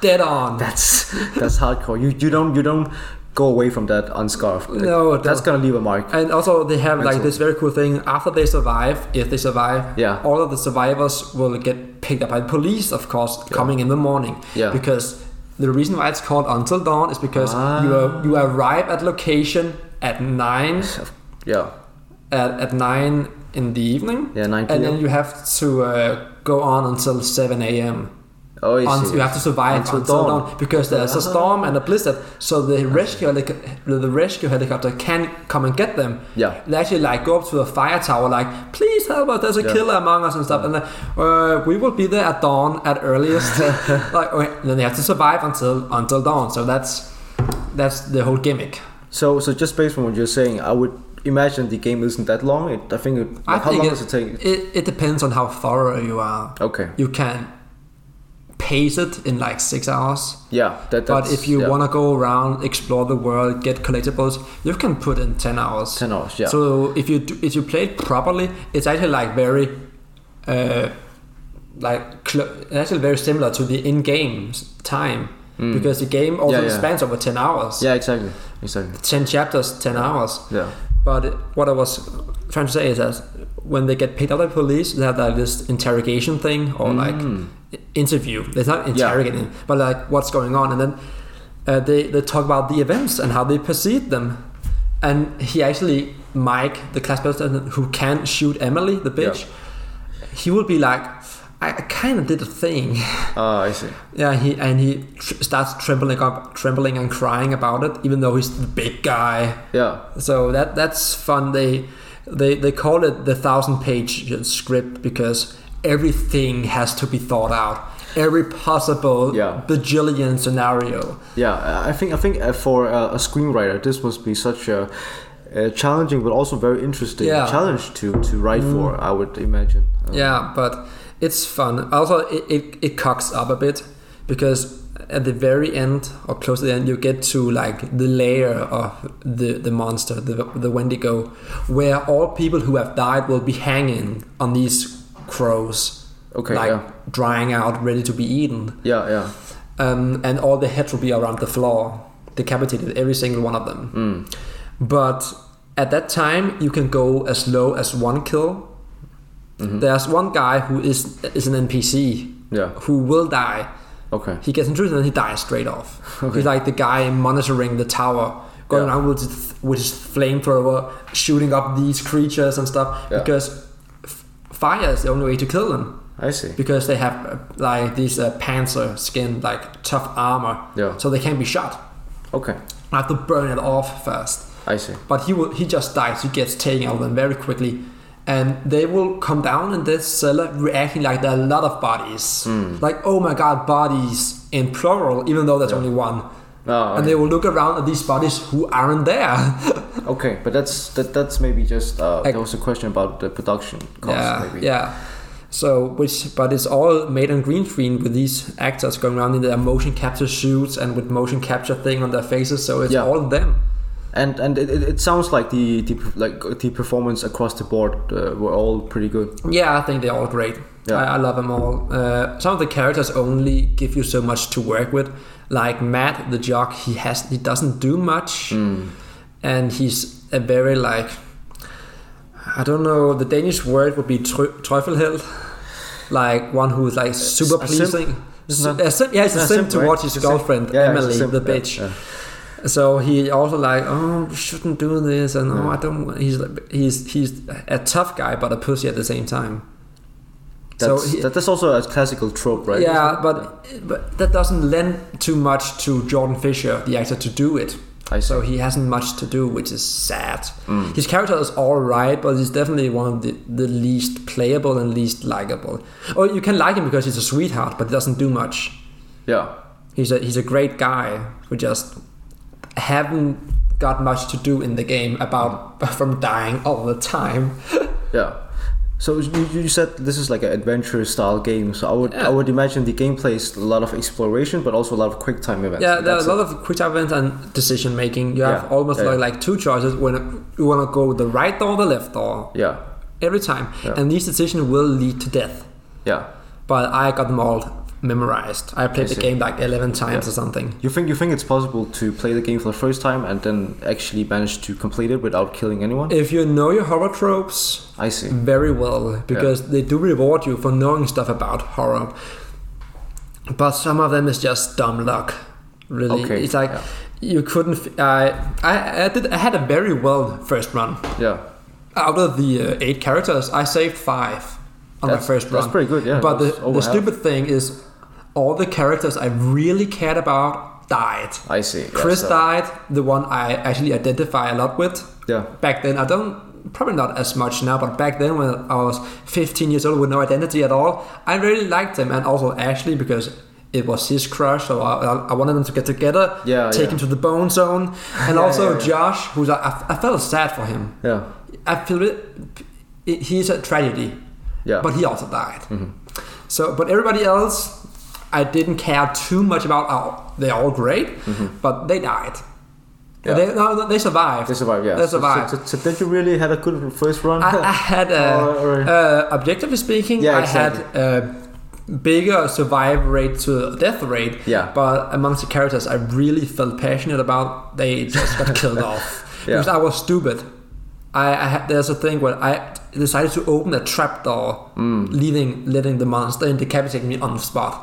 dead on.
that's that's hardcore. You you don't you don't go away from that unscarfed. Like,
No,
that's gonna leave a mark.
And also they have like
Mental.
this very cool thing. After they survive, if they survive,
Yeah.
all of the survivors will get picked up by the police, of course, coming in the morning.
Yeah.
Because the reason why it's called Until Dawn is because
Ah.
you are, you arrive at location at nine
Yeah.
at, at 9 in the evening.
Yeah, 9
And
p.m..
then you have to uh, go on until 7 a.m.
Oh, I
Until-
see.
you have to survive
Until
until,
dawn.
dawn. because there's a storm and a blizzard. So the rescue helic- the rescue helicopter can come and get them.
Yeah.
they actually like go up to a fire tower, like please help us. There's a
Yeah.
killer among us and stuff. And then, uh, we will be there at dawn at earliest. like okay, then they have to survive until until dawn. So that's that's the whole gimmick.
So, so just based on what you're saying, I would imagine the game isn't that long. It, I think. It,
I
how
think
long
it,
does it take?
It, it depends on how thorough you are.
Okay.
You can pace it in like six hours.
Yeah. That, that's,
but if you
yeah.
want to go around, explore the world, get collectibles, you can put in ten hours.
10 hours, yeah.
So if you do, if you play it properly, it's actually like very, uh, like cl- actually very similar to the in-game s- time because the game also
Mm. Yeah, yeah.
spans over ten hours.
Yeah. Exactly. Exactly.
Ten chapters, ten hours.
Yeah.
But what I was trying to say is that when they get picked up by police, they have like this interrogation thing
Mm.
or like interview. They're not interrogating, but like what's going on, and then uh, they they talk about the events and how they perceive them. And he actually, Mike, the class president who can shoot Emily, the bitch, he will be like, I, I kind of did a thing.
Ah, I see.
Yeah, he and he tr- starts trembling up, trembling and crying about it, even though he's the big guy.
Yeah.
So that that's fun. They they they call it the thousand page script because everything has to be thought out. Every possible
Yeah.
bajillion scenario.
uh, Yeah, I think I think uh, for a, a screenwriter, this must be such a uh, challenging but also very interesting
Yeah. Mm.
challenge to to write for. I would imagine. Uh,
Yeah, but it's fun. Also, it, it, it cocks up a bit because at the very end or close to the end, you get to like the layer of the, the monster, the, the Wendigo, where all people who have died will be hanging on these crows.
Okay,
Like
yeah.
drying out, ready to be eaten.
yeah, yeah.
Um, and all the heads will be around the floor, decapitated, every single one of them.
Mm.
But at that time, you can go as low as one kill.
Mm-hmm.
There's one guy who is is an NPC
Yeah.
who will die.
Okay.
He gets intruded and he dies straight off.
Okay.
He's like the guy monitoring the tower, going
Yeah.
around with his, with his flamethrower, shooting up these creatures and stuff.
Yeah.
Because f- fire is the only way to kill them
I see.
because they have uh, like these uh, panzer skin, like tough armor,
Yeah.
so they can't be shot.
Okay.
I have to burn it off first
I see.
but he will he just dies. He gets taken out of them very quickly, and they will come down in this cellar reacting like there are a lot of bodies,
Hmm.
like oh my god, bodies in plural, even though there's only one.
Oh,
And
okay.
they will look around at these bodies who aren't there.
okay, but that's that, that's maybe just uh,
Like-
there was a question about the production cost.
yeah,
maybe.
yeah. So, which, but it's all made on green screen with these actors going around in their motion capture suits and with motion capture thing on their faces. So it's
Yeah.
all them.
And and it, it it sounds like the, the like the performance across the board uh, were all pretty good.
Yeah, I think they're all great.
Yeah.
I, I love them all. Uh, some of the characters only give you so much to work with. Like Matt, the jock, he has he doesn't do much,
Hmm.
and he's a very like I don't know. The Danish word would be tr- trøffelheld, like one who is like super
a simp,
pleasing.
isn't
S- a simp- yeah, it's a
Yeah,
simp
simp, right?
towards his
It's a simp.
girlfriend
Yeah, yeah, it's a
Emily,
simp,
the
yeah,
bitch.
yeah.
So he also like, oh, you shouldn't do this, and oh, I don't. want-" He's like- he's he's a tough guy, but a pussy at the same time.
That's,
so he-
that, that's also a classical trope, right?
yeah, but but that doesn't lend too much to Jordan Fisher, the actor, to do it.
I see. Mm.
So he hasn't much to do, which is sad. His character is all right, but he's definitely one of the, the least playable and least likable. Or you can like him because he's a sweetheart, but he doesn't do much.
yeah,
He's a he's a great guy who just haven't got much to do in the game about from dying all the time.
yeah. So you, you said this is like an adventure style game. So I would
Yeah.
I would imagine the gameplay is a lot of exploration, but also a lot of quick time events.
Yeah, there are a
That's
lot of quick time events and decision making. You have
Yeah,
almost
yeah,
like, like two choices when you want to go the right door or the left door
it. yeah,
every time,
Yeah.
and these decisions will lead to death.
yeah.
But I got them all memorized. I played
I
the
see.
game like eleven times or something.
You think you think it's possible to play the game for the first time and then actually manage to complete it without killing anyone?
If you know your horror tropes,
I see.
very well because they do reward you for knowing stuff about horror. But some of them is just dumb luck. Really,
Okay,
it's like
yeah.
you couldn't. F- I I I did. I had a very well first run.
Yeah,
Out of the uh, eight characters, I saved five on my
That's-
first
that's
run.
pretty good, yeah.
But the,
That's over
the
half.
stupid thing is, all the characters I really cared about died.
I see. Yeah,
Chris
so-
died, the one I actually identify a lot with
Yeah.
back then i don't probably not as much now but back then when i was 15 years old with no identity at all i really liked him and also ashley because it was his crush so i, I I wanted them to get together
Yeah,
take
yeah.
him to the bone zone and
Yeah,
also
yeah, yeah.
josh who's I- I, I felt sad for him
Yeah.
i feel it, it- he's a tragedy
Yeah. Mm-hmm.
but he also died so but everybody else i didn't care too much about oh, they're all great but they died
Mm-hmm. Yeah.
they, no, they survived
They survived, yeah.
They
So-
survived. Ah,
So, so, so did you really had a good first run?
I, I had,
Or- or-
uh, uh, objectively speaking,
Yeah,
I
exactly.
had a bigger survive rate to death rate.
Yeah.
But amongst the characters I really felt passionate about, they just got killed off
Yeah.
because I was stupid. I, I had, there's a thing where I decided to open a trapdoor,
Mm.
leaving letting the monster and decapitating me on the spot.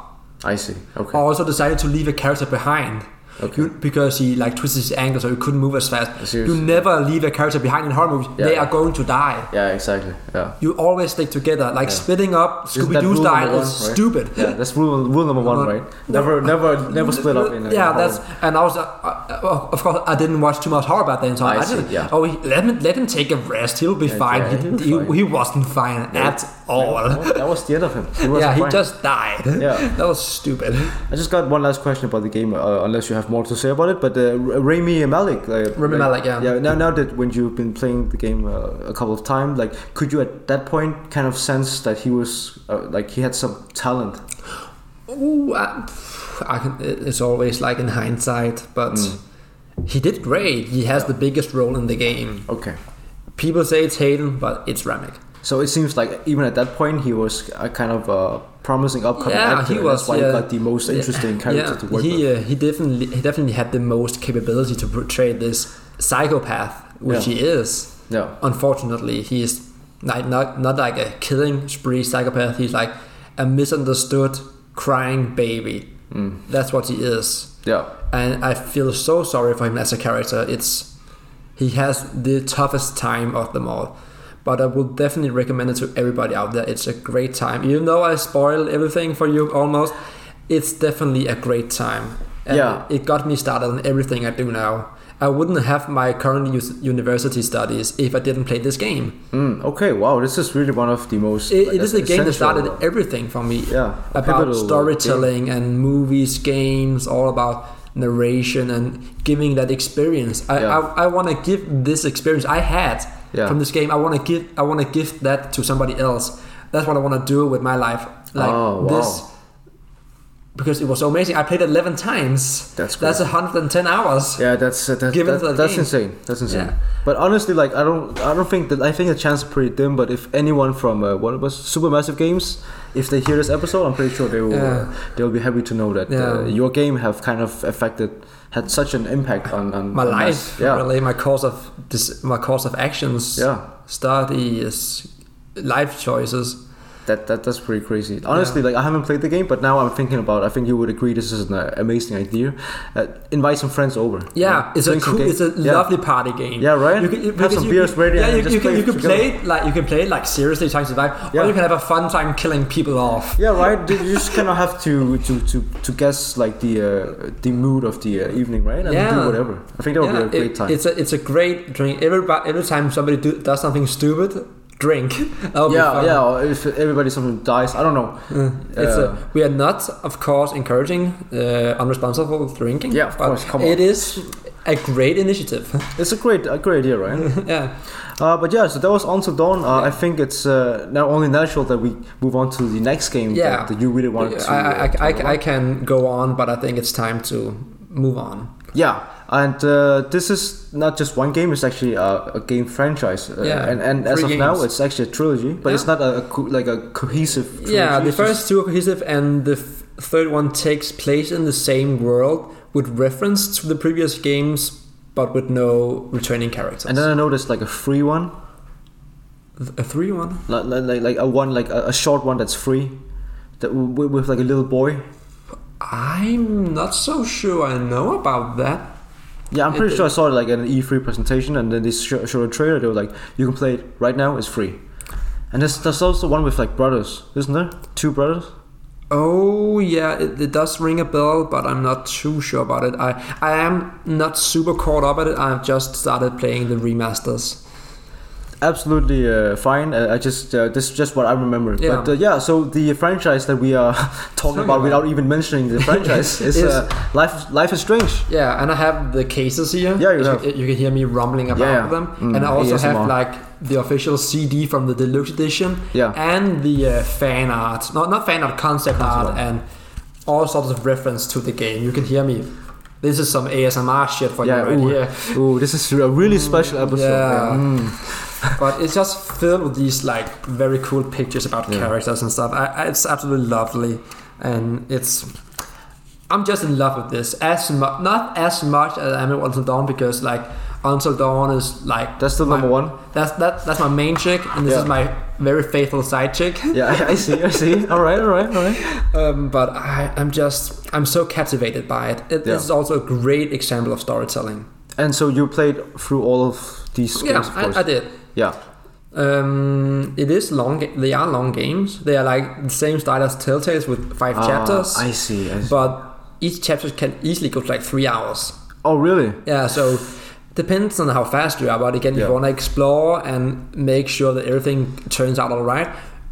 I see. Okay.
I also decided to leave a character behind.
Okay.
You- because he like twisted his ankle so he couldn't move as fast.
Seriously.
You never leave a character behind in horror movies.
Yeah,
they
yeah.
are going to die
Yeah, exactly. Yeah.
you always stick together. Like splitting up
Isn't
Scooby
that
Doo
rule
style
number
is
one, right?
stupid.
Yeah, that's rule rule number one,
Number-
right? Never, never, never split up in. A,
yeah,
in a
that's
hall.
and I was uh, uh, of course I didn't watch too much horror back then, so I,
I see,
didn't.
yeah.
Oh, he, let him let him take a rest. He'll be fine.
yeah,
he,
he'll be
he,
fine.
he wasn't fine at all.
Well, that was the end of him. He wasn't
Yeah, he
fine.
just died.
Yeah.
that was stupid.
I just got one last question about the game. Uh, unless you have have more to say about it, but uh, R- Rami Malik. Uh,
Rami
like-
Malek, yeah.
Yeah. Now, now that when you've been playing the game uh, a couple of times, like, could you at that point kind of sense that he was uh, like he had some talent?
Ooh, I, I can, it- it's always like in hindsight, but
Hmm.
he did great. He has the biggest role in the game.
Okay.
People say it's Hayden, but it's Ramek.
So it seems like even at that point he was a kind of a promising upcoming
Yeah,
actor.
he
and
was.
That's why
yeah.
he got the most interesting
yeah.
character
yeah.
to work with.
he, Uh, he definitely he definitely had the most capability to portray this psychopath, which
Yeah.
he is.
Yeah.
Unfortunately, he is not, not not like a killing spree psychopath. He's like a misunderstood crying baby.
Mm.
That's what he is.
Yeah.
and I feel so sorry for him as a character. It's he has the toughest time of them all, but I would definitely recommend it to everybody out there. It's a great time, even though I spoiled everything for you almost. It's definitely a great time. And
Yeah.
it got me started on everything I do now. I wouldn't have my current us- university studies if I didn't play this game.
Mm, okay. Wow. This is really one of the most.
It,
like,
it is the game that
essential-
started everything for me
Yeah.
about
pivotal uh,
storytelling and movies, games, all about narration and giving that experience. I
Yeah.
I, I want to give this experience I had
Yeah.
from this game. I want to give I want to give that to somebody else. That's what I want to do with my life. Like
Oh, wow.
this because it was so amazing. I played it 11 times.
That's
That's 110 hours.
Yeah, that's uh, that,
Given
that-
the
that's
game.
insane. That's insane.
Yeah.
But honestly, like I don't I don't think that I think the chance is pretty dim. But if anyone from uh, one of us Supermassive Games, if they hear this episode, I'm pretty sure they will
Yeah.
uh, they'll be happy to know that uh,
Yeah.
your game have kind of affected had such an impact on, on
My
on us.
life,
Yeah,
really, my course of dis- my course of actions,
yeah.
studies, life choices.
That, that that's pretty crazy. Honestly, like I haven't played the game, but now I'm thinking about. I think you would agree this is an uh, amazing idea. Uh, invite some friends over.
Yeah, it's a
Drink some
cool,
game.
it's a
Yeah.
lovely party game.
Yeah, right?
You can, you,
Have
because
some
you
beers
can,
ready
Yeah,
and
you,
just
you can
play
you can
together.
play it like you can play it like seriously trying to survive,
Yeah.
or you can have a fun time killing people off.
Yeah, right. You you just kind of have to to, to, to guess like the uh, the mood of the uh, evening, right? And do
Yeah.
whatever. I think that would
Yeah,
be a great
it-
time.
It's a it's a great drink. Every every time somebody do, does something stupid, drink. That'll be
yeah,
fun. Mm,
yeah. Or if everybody something dies, I don't know.
It's
Uh,
a, we are not, of course, encouraging uh, unresponsible drinking.
Yeah, of
but
course, come on.
It is a great initiative.
It's a great a great idea, right?
yeah.
uh, but yeah, so that was Until Dawn. Uh, I think it's uh, now only natural that we move on to the next game
Yeah.
that, that you really wanted to.
I, I,
uh,
I,
talk
I, I can go on, but I think it's time to move on.
Yeah, and uh, this is not just one game; it's actually a, a game franchise. Uh,
Yeah,
and, and as of
three
now,
games.
it's actually a trilogy, but it's not a, a co- like a cohesive. Trilogy.
Yeah, the
it's just-
first two are cohesive, and the f- third one takes place in the same world with reference to the previous games, but with no returning characters.
And then I noticed like a free one,
Th- a three one.
like like, like, like a one like a, a short one that's free, that with, with like a little boy.
I'm not so sure I know about that.
Yeah, I'm pretty
It-
sure I saw it like in an E3 presentation, and then they sho- showed a trailer. They were like, "You can play it right now; it's free." And there's, there's also one with like brothers, isn't there? Two brothers.
Oh yeah, it, it does ring a bell, but I'm not too sure about it. I I am not super caught up at it. I've just started playing the remasters.
Absolutely uh, fine. Uh, I just uh, this is just what I remember.
Yeah.
But uh, yeah, so the franchise that we are talking
Talking
about
about.
without even mentioning the franchise is
Is-
uh, life. Life is strange.
Yeah, and I have the cases here.
Yeah, you
As
have.
You, you can hear me rumbling about
Yeah.
them,
Mm,
and I also
ASMR.
have like the official CD from the deluxe edition.
Yeah.
and the uh, fan art, not not fan art, concept art,
art.
and all sorts of reference to the game. You can hear me. This is some ASMR shit for
Yeah,
you right
ooh.
here.
Ooh, this is a really special episode.
Mm, yeah.
Mm.
But it's just filled with these like very cool pictures about
Yeah.
characters and stuff. I, I, it's absolutely lovely, and it's. I'm just in love with this as mu- not as much as I'm in Until Dawn because like Until Dawn is like
That's still
my-
number one.
That's that, that's my main chick, and this
Yeah.
is my very faithful side chick.
Yeah, I, I see. I see. All right. All right. All right.
Um, but I, I'm just I'm so captivated by it. it
Yeah.
It's also a great example of storytelling.
And so you played through all of these
Yeah,
games, of course.
I, I did.
yeah,
Um, it is long. ga- They are long games. They are like the same style as Telltales with five
Ah,
chapters,
I see. I see.
but each chapter can easily go to like three hours.
oh, really?
Yeah, so depends on how fast you are. But again, if
Yeah.
you want to explore and make sure that everything turns out all right,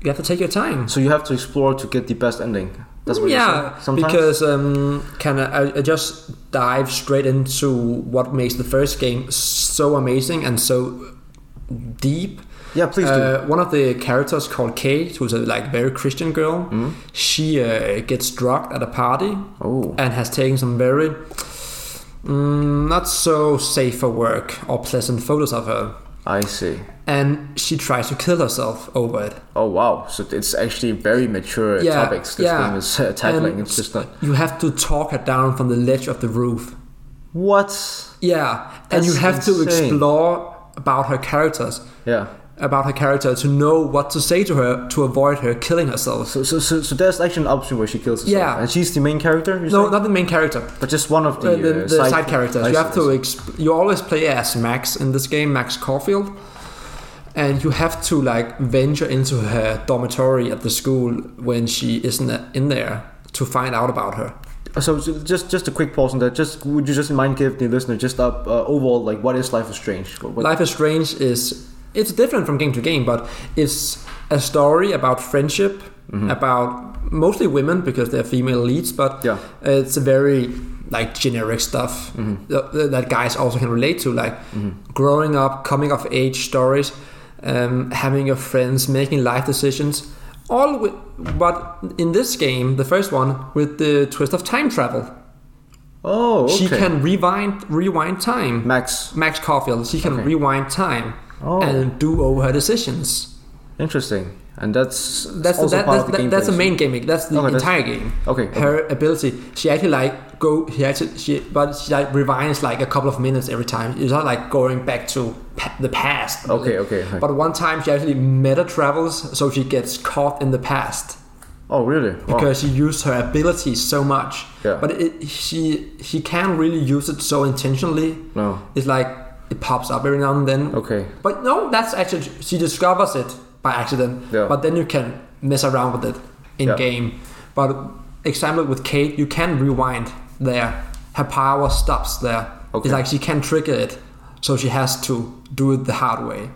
you have to take your time.
So you have to explore to get the best ending. That's what
yeah,
you say. Sometimes.
because um, kind of I, I just dive straight into what makes the first game so amazing and so deep.
Yeah, please do.
Uh, one of the characters called Kate, who's a like very Christian girl,
Mm.
she uh, gets drugged at a party
Oh.
and has taken some very mm, not so safe for work or pleasant photos of her,
I see.
and she tries to kill herself over it.
Oh wow! So it's actually very mature
Yeah,
topics this
yeah.
game is uh, tackling.
And
it's just like
You have to talk her down from the ledge of the roof.
what?
Yeah, and
That's
you have to
insane.
explore about her characters,
Yeah.
about her character to know what to say to her to avoid her killing herself.
So so so, so there's actually an option where she kills herself,
Yeah.
and she's the main character. You
No,
say?
not the main character.
but just one of the,
the, the,
uh,
the side characters.
I
You
see,
have
I
to.
see.
Exp- you always play as Max in this game, Max Caulfield, and you have to like venture into her dormitory at the school when she isn't uh, in there to find out about her.
So, so just just a quick pause on that. Just would you just mind give the listener just up uh, overall like what is Life is Strange? What, what-
Life is Strange is it's different from game to game, but it's a story about friendship,
Mm-hmm.
about mostly women because they're female leads, but
Yeah. Mm-hmm.
it's a very like generic stuff that, that guys also can relate to, like growing up, coming of age stories, um, having your friends, making life decisions. All, with, but in this game, the first one with the twist of time travel,
oh, okay.
she can rewind rewind time.
Max.
Max Caulfield, she can
Okay.
rewind time
Oh.
and do over her decisions.
Interesting, and that's
That's the,
also
that,
part of
that,
the
that,
gameplay,
that's the
so-
main gimmick. That's the
Okay, that's-
entire game.
Okay, okay.
Her ability, she actually like go. She actually she but she like rewinds like a couple of minutes every time. It's not like going back to pa- the past.
Okay, okay, okay.
But one time she actually meta travels, so she gets caught in the past
Oh really? Wow.
because she used her abilities so much.
Yeah.
But it, she she can't really use it so intentionally.
No.
It's like it pops up every now and then.
Okay.
But no, that's actually she discovers it by accident.
Yeah.
But then you can mess around with it in
Yeah.
game. But example with Kate, you can rewind there. Her power stops there.
Okay.
It's like she can trigger it, so she has to do it the hard way.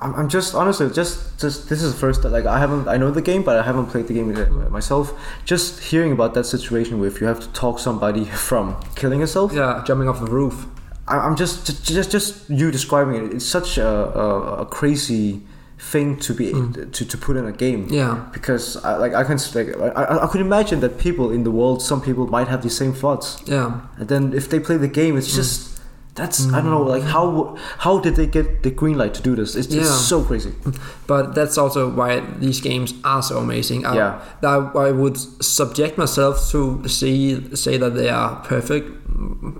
I'm, I'm just honestly just just this is the first like I haven't I know the game but I haven't played the game yet
Mm-hmm.
myself. Just hearing about that situation where if you have to talk somebody from killing herself,
Yeah, jumping off the roof.
I, I'm just just- just just you describing it. It's such a, a, a crazy thing to be to, to put in a game.
Mm. Yeah.
Because I, like I can s- like I, I- I could imagine that people in the world, some people might have the same thoughts,
Yeah.
and then if they play the game,
Mm.
it's just. That's I don't know like how how did they get the green light to do this? It's, it's
Yeah.
so crazy.
But that's also why these games are so amazing. I,
Yeah.
that I would subject myself to see say that they are perfect,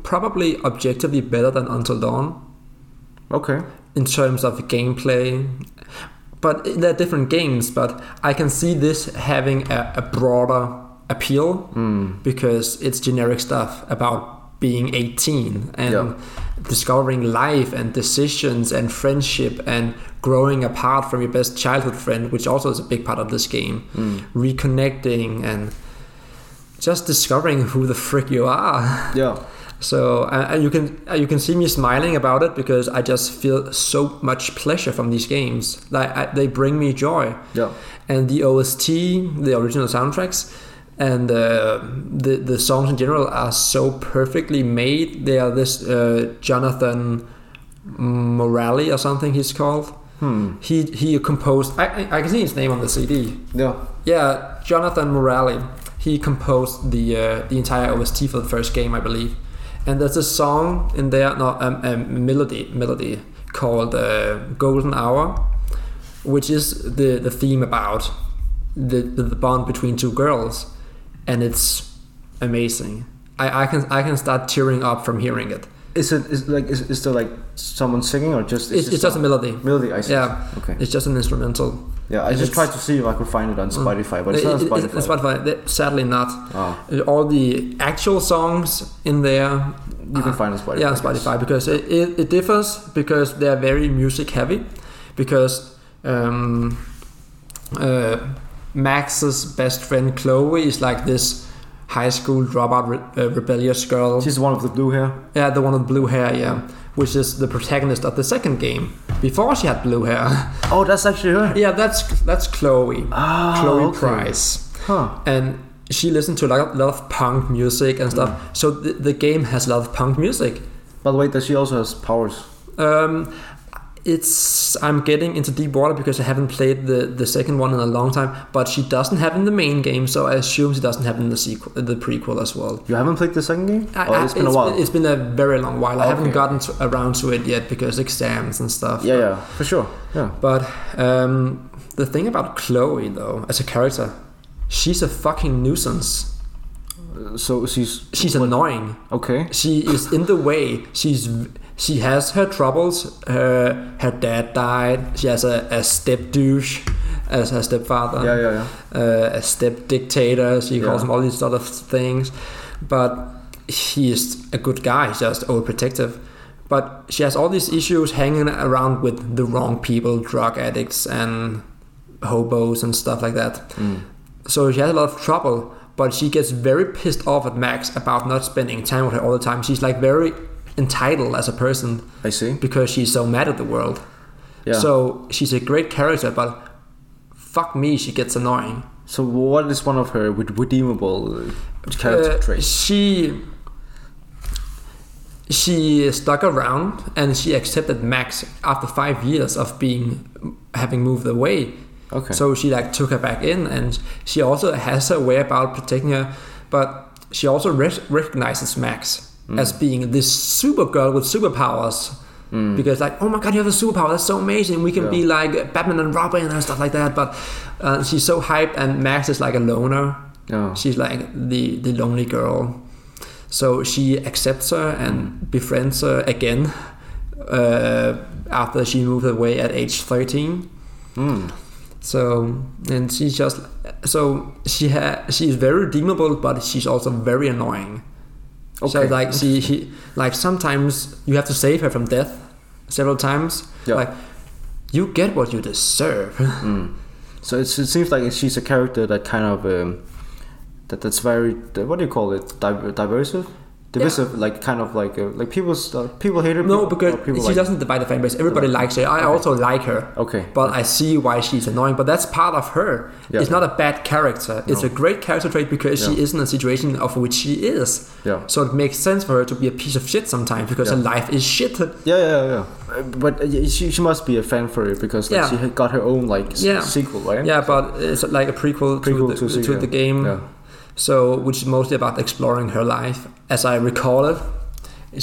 probably objectively better than Until Dawn
Okay.
in terms of gameplay. But they're different games. But I can see this having a, a broader appeal because it's generic stuff about being 18 and
Yeah.
discovering life and decisions and friendship and growing apart from your best childhood friend, which also is a big part of this game. Reconnecting and just discovering who the frick you are.
Yeah.
So uh, and you can uh, you can see me smiling about it because I just feel so much pleasure from these games. Like I, they bring me joy.
Yeah.
And the OST, the original soundtracks, and uh, the the songs in general are so perfectly made. They are this uh, Jonathan Morali or something he's called.
Hmm.
He he composed. I I- I can see his name on the CD.
Yeah.
Yeah, Jonathan Morali. He composed the uh, the entire OST for the first game, I believe. And there's a song in there, no, um, a melody, melody called uh, "Golden Hour," which is the the theme about the, the the bond between two girls, and it's amazing. I, I can I can start tearing up from hearing it.
Is it is like is, is there like someone singing or just
It's, it's just a melody.
melody? I see.
Yeah,
Okay.
it's just an instrumental.
yeah. I just
it's- Mm.
tried to see if I could find it on Spotify, but it's not on
It- it-
Spotify.
it's Spotify. They- Sadly, not.
Ah,
all the actual songs in there.
you can find it on Ah, Spotify.
Ah, yeah,
I
on
guess.
Spotify because it, it, it differs because they are very music heavy. Because um, uh, Max's best friend Chloe is like this high school dropout re- uh, rebellious girl.
She's the one with the blue hair.
yeah, the one with blue hair. Yeah, which is the protagonist of the second game. Before she had blue hair.
Oh, that's actually her.
yeah, that's that's Chloe.
Ah,
Chloe
okay.
Price
Huh.
and she listened to a lot, lot of punk music and stuff.
Mm.
So th- the game has a lot of punk music.
By the way, that she also has powers.
Um, it's I'm getting into deep water because I haven't played the, the second one in a long time. But she doesn't have it in the main game, so I assume she doesn't have it in the sequel, the prequel as well.
You haven't played the second game?
I,
oh,
I-
it's been a while.
Uh, it's been a very long while. I haven't
Okay.
gotten to, around to it yet because exams and stuff.
yeah, yeah, for sure. Yeah.
But um, the thing about Chloe though, as a character, she's a fucking nuisance.
So she's
She's annoying.
okay.
She is in the way. She's v- she has her troubles. Her her dad died. She has a, a step douche as her stepfather.
Yeah, yeah, yeah.
Uh, a step dictator. She calls
Yeah.
him all these sort of things, but he is a good guy. He's just overprotective. But she has all these issues hanging around with the wrong people, drug addicts and hobos and stuff like that.
Mm.
So she has a lot of trouble, but she gets very pissed off at Max about not spending time with her all the time. She's like very entitled as a person
I see.
because she's so mad at the world.
Yeah. So,
So she's a great character, but fuck me, she gets annoying.
so what is one of her re- redeemable uh, character
Uh,
traits?
She she stuck around and she accepted Max after five years of being having moved away.
Okay.
So she like took her back in, and she also has her way about protecting her, but she also re- recognizes Max
Mm.
as being this super girl with superpowers. Because like, oh my god, you have a superpower! That's so amazing. We can
Mm. Yeah.
be like Batman and Robin and stuff like that. But uh, she's so hyped, and Max is like a loner.
Yeah.
She's like the the lonely girl. So she accepts her
Mm.
and befriends her again uh, after she moved away at age thirteen.
Mm.
So and she's just so she ha she's very redeemable, but she's also very annoying. So
Okay.
like she, she like sometimes you have to save her from death several times.
Yeah.
Like you get what you deserve.
Mm. So it's, it seems like she's a character that kind of um, that that's very what do you call it? Div- divisive, divisive, like kind of like uh, like people uh, people hate her.
no,
people-
because
or people
she
like-
doesn't divide the fan base. Everybody likes her. I also like her.
Okay.
But I see why she's annoying. But that's part of her.
Yeah.
It's not a bad character. It's a great character trait because she
Yeah.
is in a situation of which she is.
Yeah.
So it makes sense for her to be a piece of shit sometimes because her
Yeah.
life is shit.
Yeah, yeah, yeah. Uh, But uh, she, she must be a fan for it because like,
Yeah.
she had got her own like s-
Yeah.
sequel, right?
Yeah, but it's like a prequel,
Prequel
to, the,
to
to,
sequel.
the game.
Yeah.
So, which is mostly about exploring her life, as I recall it.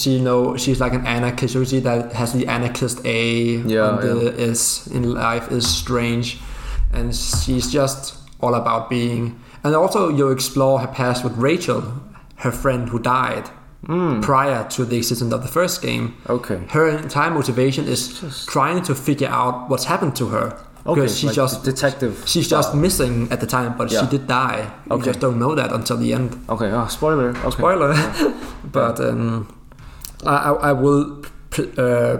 She, you know, she's like an anarchist. You see that has the anarchist A
Yeah,
on the S in life is strange, and she's just all about being. And also, you explore her past with Rachel, her friend who died
Hmm.
prior to the existence of the first game
Okay.
her entire motivation is trying to figure out what's happened to her
Okay.
because she
like
just
the detective.
she's just missing at the time but
Yeah.
she did die you
Okay.
just don't know that until the end
Okay. Oh, spoiler. Okay.
spoiler but um, I, I I will pre- uh,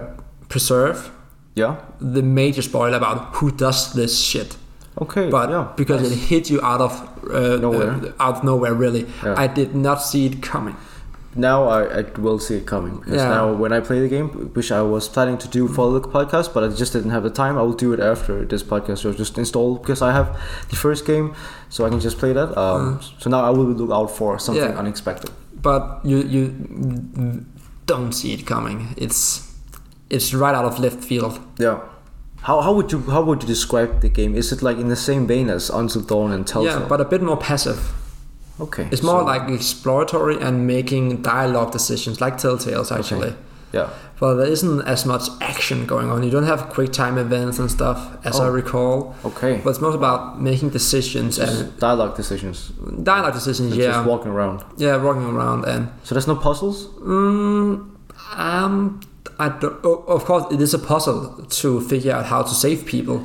preserve
Yeah.
the major spoiler about who does this shit
Okay.
but
yeah.
because it hit you out of uh,
Nowhere.
uh, out of nowhere really
Yeah.
I did not see it coming
Now I, I will see it coming because
Yeah.
now when I play the game, which I was planning to do for the podcast, but I just didn't have the time. I will do it after this podcast. So just install because I have the first game, so I can just play that. Um, So now I will look out for something
Mm. Yeah.
unexpected.
but you you don't see it coming. It's it's right out of left field.
Yeah. How, how would you how would you describe the game? Is it like in the same vein as Until Dawn and Telltale?
Yeah, but a bit more passive.
okay.
It's more
so-
like exploratory and making dialogue decisions, like Telltale's actually.
yeah.
But there isn't as much action going on. You don't have quick time events and stuff, as I
Oh.
recall.
Okay.
But it's more about making decisions and
Just dialogue decisions.
dialogue decisions.
It's
Yeah,
Just walking around.
yeah, walking around and
So there's no puzzles.
Mm, um, I don't, o- of course, it is a puzzle to figure out how to save people.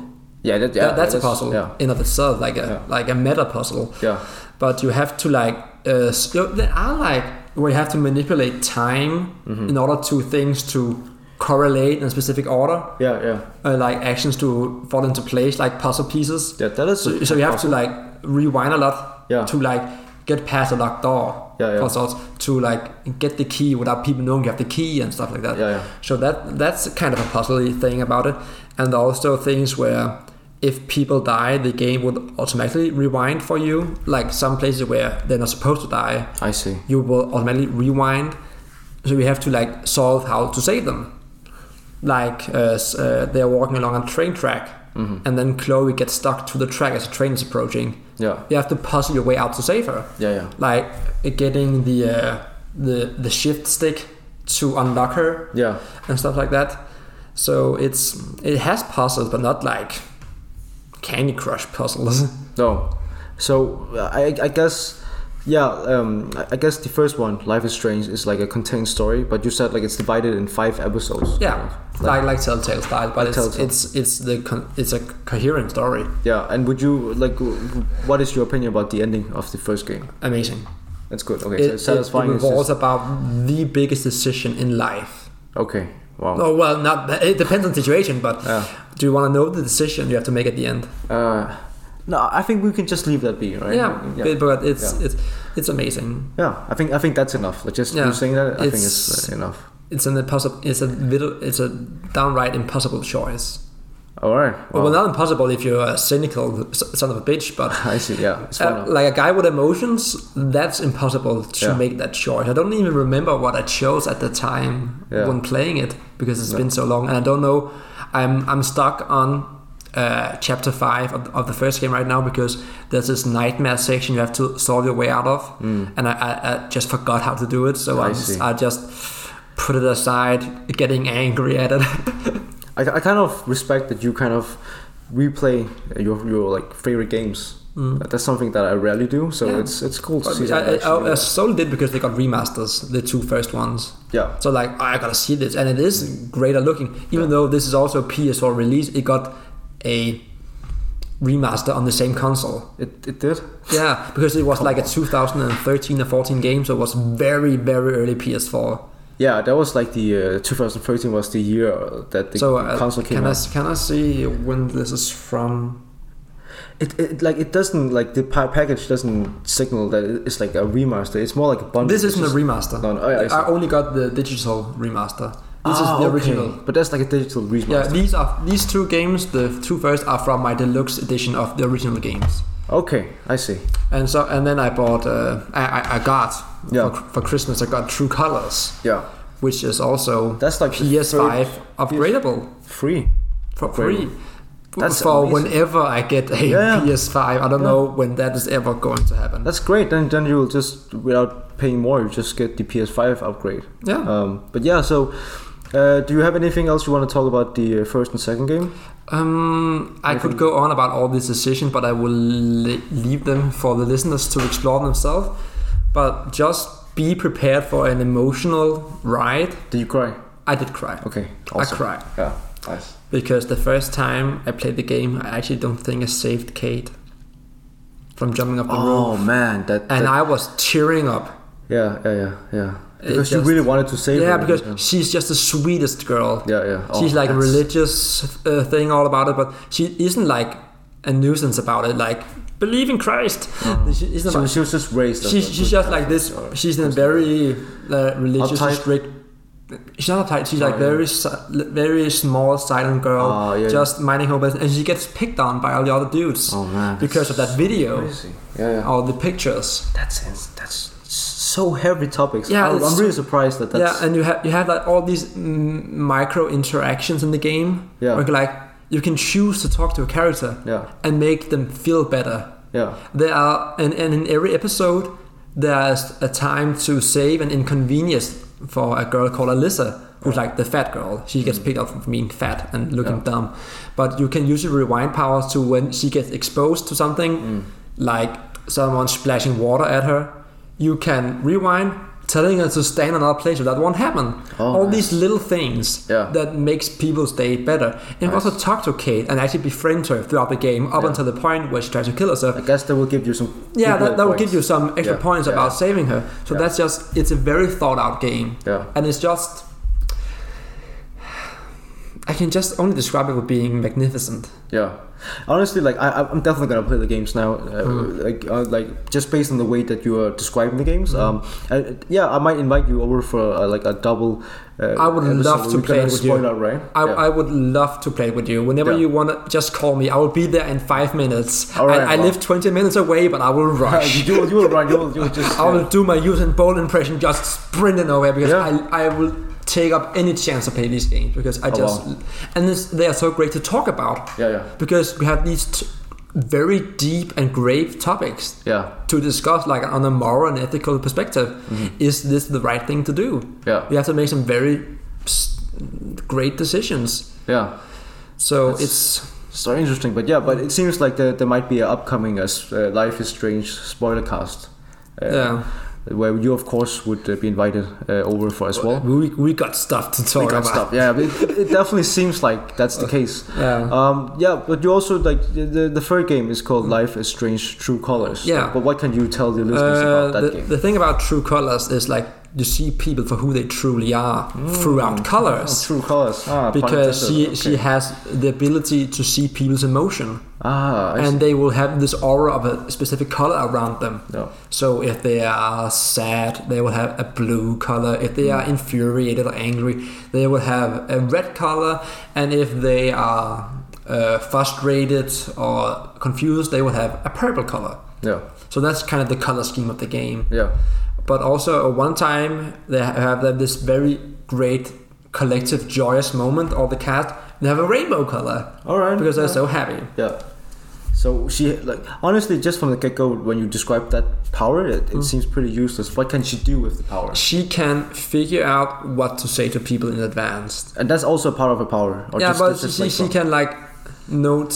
Yeah. That, yeah.
That- that's, a puzzle
Yeah.
in of itself, like a
Yeah.
like a meta puzzle.
Yeah.
But you have to like uh, s- you know, there are like where you have to manipulate time
Mm-hmm.
in order to things to correlate in a specific order,
Yeah. Yeah.
uh, like actions to fall into place, like puzzle pieces.
Yeah. That is.
So, so you have to like rewind a lot
Yeah.
to like get past a locked door
Yeah, yeah.
for sorts to like get the key without people knowing you have the key and stuff like that.
Yeah, yeah.
So that that's kind of a puzzly thing about it, and there are also things where if people die, the game would automatically rewind for you. Like some places where they're not supposed to die,
I see.
you will automatically rewind. So we have to like solve how to save them. Like uh, s- uh, they're walking along a train track, and then Chloe gets stuck to the track as a train is approaching.
Yeah.
You have to puzzle your way out to save her.
Yeah, yeah.
Like uh, getting the uh, the the shift stick to unlock her
Yeah.
and stuff like that. So it's it has puzzles, but not like Candy Crush puzzles.
No. So uh, I, I guess yeah. Um, I- I guess the first one, Life is Strange, is like a contained story, but you said like it's divided in five episodes.
yeah, like like Telltale style, but it's
Telltale.
it's it's the con- it's a coherent story.
Yeah. And would you like? w- w- What is your opinion about the ending of the first game?
Amazing.
That's good. Okay.
It,
so it's
it- it
satisfying. is
revolves
just-
about the biggest decision in life.
okay. Wow.
Oh well, not that- it depends on situation, but
Yeah.
do you want to know the decision you have to make at the end?
Uh, no, I think we can just leave that be, right?
Yeah,
Yeah.
But, but it's
Yeah.
it's it's amazing.
Yeah, I think I think that's enough. Like just
Yeah.
you saying that, I think
It's-
it's uh, enough.
It's an impossible. It's a little. It's a downright impossible choice.
All right. Wow.
Well, not impossible if you're a cynical s- son of a bitch, but
I see. Yeah, it's one
uh,
of-
like a guy with emotions, that's impossible to
Yeah.
make that choice. I don't even remember what I chose at the time
Yeah.
when playing it because it's
No.
been so long, and I don't know. I'm I'm stuck on uh, chapter five of, of the first game right now because there's this nightmare section you have to solve your way out of, and I, I, I just forgot how to do it, so
Mm. I
I,
see.
just, I just put it aside, getting angry at it.
I, I kind of respect that you kind of replay your your like favorite games. That- That's something that I rarely do, so
Mm. Yeah.
it's it's cool to
But
see
I,
that.
I,
actually.
I solely did because they got remasters, the two first ones.
yeah,
So like I gotta see this, and it is greater looking. Even though this is also a PS4 release, it got a remaster on the same console.
it, it did.
Yeah, because it was like a 2013 or 14 game, so it was very very early PS4. Yeah,
Yeah, that was like the uh, 2013 was the year that the
so uh,
console came
can
out.
I can I see when this is from?
It, it like it doesn't like the pa- package doesn't signal that it- it's like a remaster. It's more like a bundle.
This
It's
isn't a
just-
remaster.
No, no, I- I see.
only got the digital remaster. This
Ah,
is the
okay.
original.
but that's like a digital remaster.
Yeah, these are these two games. The two first are from my deluxe edition of the original games,
Okay, I see.
and so and then I bought. Uh, I, I I got
Yeah.
for, for Christmas. I got True Colors,
Yeah,
which is also
that's like the
PS5
third
upgradable
free.
for
Upgradable.
free.
That's
for
amazing.
whenever I get a
Yeah.
PS5. I don't
Yeah.
know when that is ever going to happen.
That's great. Then then you'll just without paying more, you just get the PS5 upgrade.
yeah.
Um, but yeah, so uh, do you have anything else you want to talk about the uh, first and second game?
Um, I could go on about all these decisions, but I will le- leave them for the listeners to explore themselves. But just be prepared for an emotional ride.
Did you cry?
I did cry.
Okay.
I
Awesome.
cried
Yeah. Nice.
because the first time I played the game, I actually don't think I saved Kate from jumping off the roof,
Oh man, that.
and
that-
I was tearing up.
yeah, yeah, yeah, yeah.
It
Because you
just-
really wanted to save.
Yeah,
her,
because
didn't
she's just the sweetest girl.
you? Yeah, yeah. Oh,
she's like a
that's-
religious uh, thing all about it, but she isn't like a nuisance about it. Like believe in Christ.
Oh.
She isn't
She,
about,
was- she was just raised. as
she,
a
she's
good
just like this.
Catholic,
She's in a very uh, religious,
Uptight?
strict. She's not uptight. She's like
Oh, yeah.
very, si- very small, silent girl,
Oh, yeah,
just minding her business, and she gets picked on by all the other dudes
or- Oh man.
because of that video
Crazy. Yeah, yeah.
or the pictures.
That's ins- that's so heavy topics.
Yeah,
I'm,
it's
I'm really surprised that that's.
yeah, and you have you have like all these mm, micro interactions in the game.
Yeah.
where, like you can choose to talk to a character.
yeah,
and make them feel better.
yeah.
There are, and, and in every episode, there's a time to save an inconvenience for a girl called Alyssa, who's like the fat girl. She gets picked up for being fat and looking
Mm. Yeah.
dumb. But you can use your rewind powers to when she gets exposed to something,
Mm.
like someone splashing water at her, you can rewind, telling her to stay in another place so that won't happen.
Oh,
All
nice.
these little things
Yeah.
that makes people stay better. And
Nice.
also talk to Kate and actually befriend her throughout the game up
Yeah.
until the point where she tries to kill herself.
I guess that will give you some.
yeah,
good
that, that will give
points.
you some extra
Yeah,
points
yeah.
about saving her. So
Yeah.
that's just it's a very thought out game.
Yeah.
And it's just I can just only describe it with being magnificent.
Yeah, Honestly, like I, I'm definitely gonna play the games now. Uh,
Mm.
Like, uh, like just based on the way that you are describing the games. Um, I, yeah, I might invite you over for uh, like a double. Uh,
I would
episode
love
where
to
we can
play it
have a
with you.
spoiler, right?
I,
Yeah.
I would love to play with you. Whenever
Yeah.
you want to, just call me. I will be there in five minutes.
All right,
I, I
well.
live 20 minutes away, but I will
you
rush.
do, you will run. You will, you will just.
I will do my Usain Bolt impression just sprinting away because
Yeah. Oh,
I, I will take up any chance to play these games because I just.
wow.
And this, they are so great to talk about
yeah, yeah,
because we have these t- very deep and grave topics
yeah,
to discuss like on a moral and ethical perspective is this the right thing to do
Mm-hmm. yeah,
we have to make some very s- great decisions
yeah.
so
That's-
it's
So interesting, but yeah, but it seems like there, there might be an upcoming uh, s- uh, Life is Strange spoiler cast. Uh,
yeah
Where you, of course, would uh, be invited uh, over for as well.
we, we got stuff to talk
We got
about
stuff. Yeah, but it, it definitely seems like that's
Uh,
the case.
yeah
Um, yeah, but you also like the- the, the third game is called Life is Strange: True Colors.
Mm-hmm. Yeah.
But what can you tell the listeners
Uh,
about that
the,
game?
the thing about true colors is like you see people for who they truly are throughout
Oh,
colors
True Colors. Ah, pun
because she,
intended.
she
Okay.
has the ability to see people's emotion
ah, I see.
and they will have this aura of a specific color around them
No.
So if they are sad, they will have a blue color. If they
Hmm.
are infuriated or angry, they will have a red color. And if they are uh, frustrated or confused, they will have a purple color.
Yeah.
So that's kind of the color scheme of the game.
Yeah.
But also, at one time, they have this very great collective joyous moment of the cat. They have a rainbow color
All right.
because they're
yeah.
so happy.
Yeah. So she like honestly, just from the get go, when you describe that power, it,
Mm.
it seems pretty useless. What can she do with the power?
She can figure out what to say to people in advance.
And that's also part of a power. Or
yeah,
just,
but
that's just
she,
like
she
from-
can like note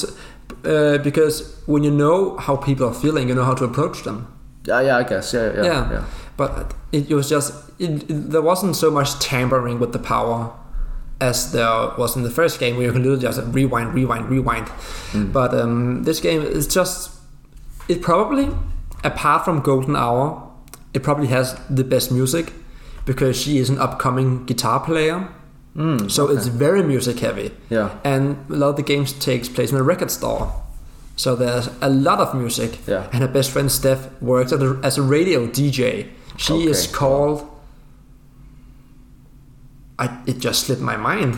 uh, because when you know how people are feeling, you know how to approach them.
Yeah, yeah, I guess. Yeah, yeah, yeah.
Yeah. But it was just it, it- there wasn't so much tampering with the power as there was in the first game, where you can literally just rewind, rewind, rewind.
Mm.
But um, this game is just it probably apart from Golden Hour, it probably has the best music because she is an upcoming guitar player.
Mm,
So it's very music heavy
yeah,
and a lot of the games takes place in a record store so there's a lot of music
Yeah.
and her best friend steph works at a, as a radio dj she is
Okay.
called I, it just slipped my mind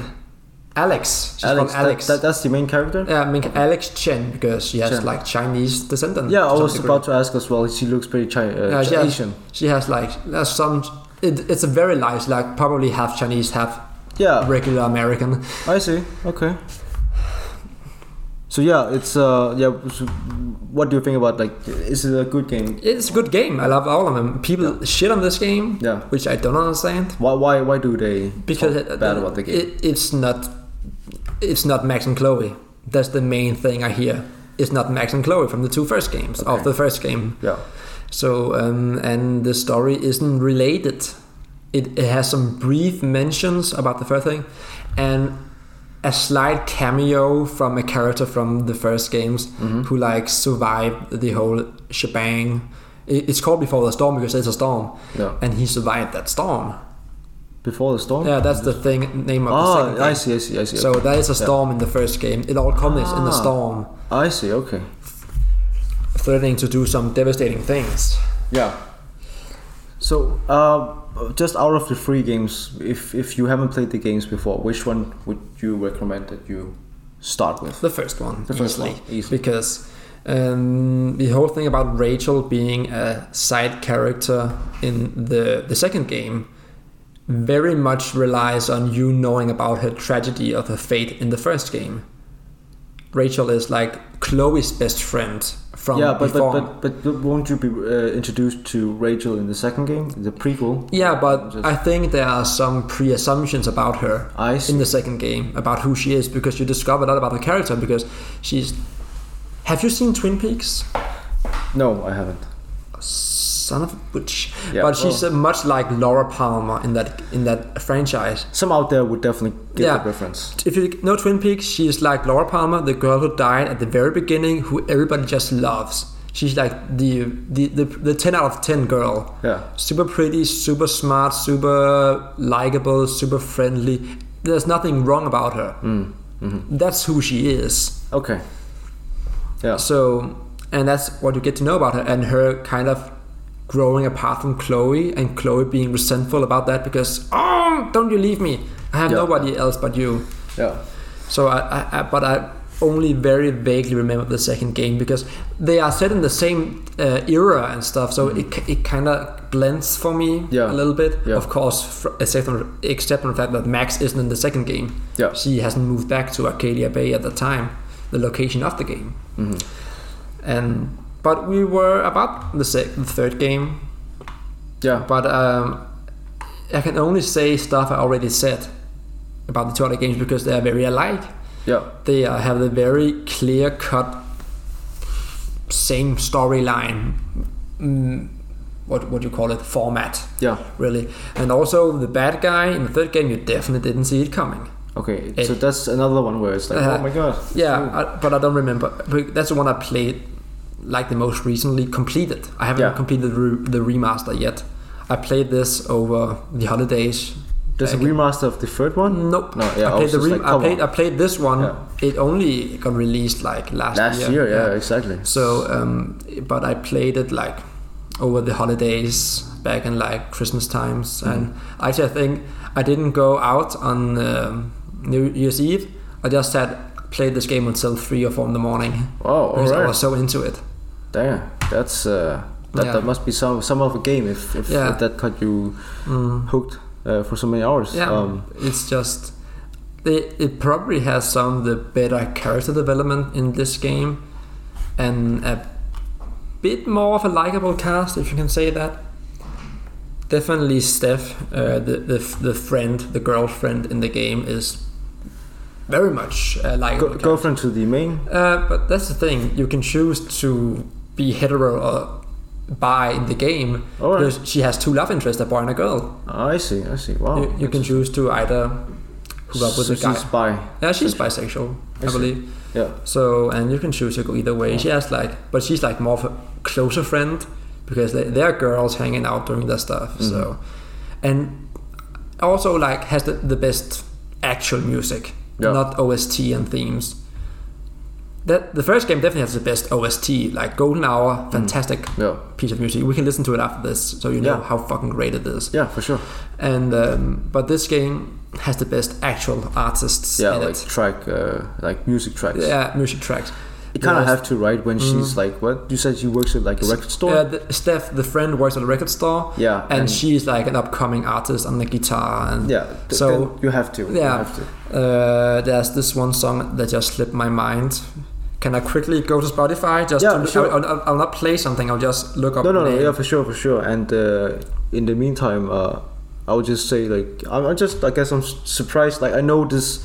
alex she's
Alex.
alex,
that-
alex
that- that's the main character.
yeah, I mean Alex Chen because she has
Chen.
like Chinese descendant.
Yeah,
to
I
some
was
degree.
about to ask as well. She looks pretty Chi- uh,
Yeah,
Chi-
she has-
Asian.
She has like there's some. It, it's a very nice like probably half Chinese, half
Yeah,
regular American.
I see. Okay. So yeah, it's uh yeah. So what do you think about like? Is it a good game?
It's a good game. I love all of them. People shit on this game,
Yeah.
which I don't understand
Why why why do they
because
talk
it-
bad about the game?
It, it's not, it's not Max and Chloe. That's the main thing I hear. It's not Max and Chloe from the two first games
Okay.
of the first game.
yeah.
So um, and the story isn't related. It, it has some brief mentions about the first thing, and a slight cameo from a character from the first games
Mhm.
who like survived the whole shebang. It- It's called Before the Storm because there's a storm,
Yeah.
and he survived that storm.
Before the storm.
Yeah, that's the thing name of the
Ah,
second
I
game.
see, I see, I see.
So there is a
Yeah.
storm in the first game. It all culminates in the
Ah.
storm,
I see. Okay.
threatening to do some devastating things.
Yeah. So, uh, just out of the three games, if if you haven't played the games before, which one would you recommend that you start with?
The first one,
The first
easily,
one, easily.
because um, the whole thing about Rachel being a side character in the the second game very much relies on you knowing about her tragedy of her fate in the first game. Rachel is like Chloe's best friend from
yeah, but,
Um, before.
but but but won't you be uh, introduced to Rachel in the second game, the prequel?
yeah, but
Just-
I think there are some pre-assumptions about her
I
in
see.
the second game about who she is because you discover a lot about her character because she's. Have you seen Twin Peaks?
No, I haven't.
son of a bitch.
Yeah, oh.
but she's uh much like Laura Palmer in that in that franchise.
Some out there would definitely get
Yeah.
the reference.
If you know Twin Peaks, she is like Laura Palmer, the girl who died at the very beginning, who everybody just loves. She's like the the, the, the ten out of ten girl.
Yeah,
Super pretty, super smart, super likable, super friendly. There's nothing wrong about her. That's who she is.
okay. Yeah.
So, and that's what you get to know about her and her kind of growing apart from Chloe and Chloe being resentful about that because, oh, don't you leave me. I have
Yeah.
nobody else but you.
Yeah.
So I, I, I but I only very vaguely remember the second game because they are set in the same uh, era and stuff. So it it, it kind of blends for me
Mm-hmm. Yeah.
a little bit.
Yeah.
Of course, fr- except on, except on the fact that Max isn't in the second game.
Yeah.
She hasn't moved back to Arcadia Bay at the time, the location of the game.
Mhm.
And but we were about the sec- the third game.
Yeah.
But um, I can only say stuff I already said about the two other games because they are very alike
Yeah.
they uh, have a very clear cut same storyline mm, what what do you call it format
Yeah.
really and also the bad guy in the third game you definitely didn't see it coming
Okay.
It-
so that's another one where it's like, oh
Uh,
my god.
yeah I, but i don't remember but that's the one i played like the most recently completed i haven't
Yeah.
completed the, re- the remaster yet i played this over the holidays
There's a
back in-
remaster of the third one.
Nope.
No, yeah, I
I played
was
the
just
re-
like,
I
come
played. I
on.
played this one.
Yeah.
It only got released like last,
Last year, yeah, exactly.
So, um, but I played it like over the holidays, back in like Christmas times, and actually, I think I didn't go out on um, New Year's Eve. I just had played this game until three or four in the morning
Oh,
because I
alright.
was so into it.
Damn, that's uh, that,
Yeah.
that must be some some of a game if, if,
Yeah.
if that got you
Mm.
hooked uh, for so many hours.
Yeah,
Um,
it's just it, it probably has some of the better character development in this game, and a bit more of a likable cast, if you can say that. Definitely, Steph, uh, the, the the friend, the girlfriend in the game is very much a likable.
go,
character.
girlfriend to the main.
Uh, but that's the thing. You can choose to be hetero or bi in the game.
All right.
There's- She has two love interests, a boy and a girl.
Ah, I see. I see. Wow.
You, you can choose to either hook up with
so
a guy.
she's bi.
yeah, she's bisexual, I
I see. Oh.
believe.
Yeah.
So, and you can choose to go either way. She has like, but she's like more of a closer friend because they, they are girls hanging out doing their stuff.
Mm-hmm.
So, and also like has the, the best actual music,
Yeah.
not OST and themes. That the first game definitely has the best OST, like Golden
Mm.
Hour, fantastic
Yeah.
piece of music. We can listen to it after this, so you know
Yeah.
how fucking great it is
Yeah, for sure.
and um, but this game has the best actual artists
Yeah,
in
like
it.
track, uh, like music tracks.
Yeah, Mm. music tracks.
You kind of
Whereas-
have to, right? When she's like, what you said, she works at like a record store.
Uh, the, Steph, the friend, works at a record store.
Yeah,
and,
and-
she's like an upcoming artist on the guitar. And
Mm. yeah. th-
so-
then you have to. You
yeah.
have to.
uh, there's this one song that just slipped my mind. Can I quickly go to Spotify? Just
Yeah,
to,
sure.
I'll, I'll, I'll not play something. I'll just look up.
No, no,
the
no.
name.
Yeah, for sure, for sure. And uh, in the meantime, uh, I would just say like I'm, I'm just I guess I'm s- surprised. Like I know this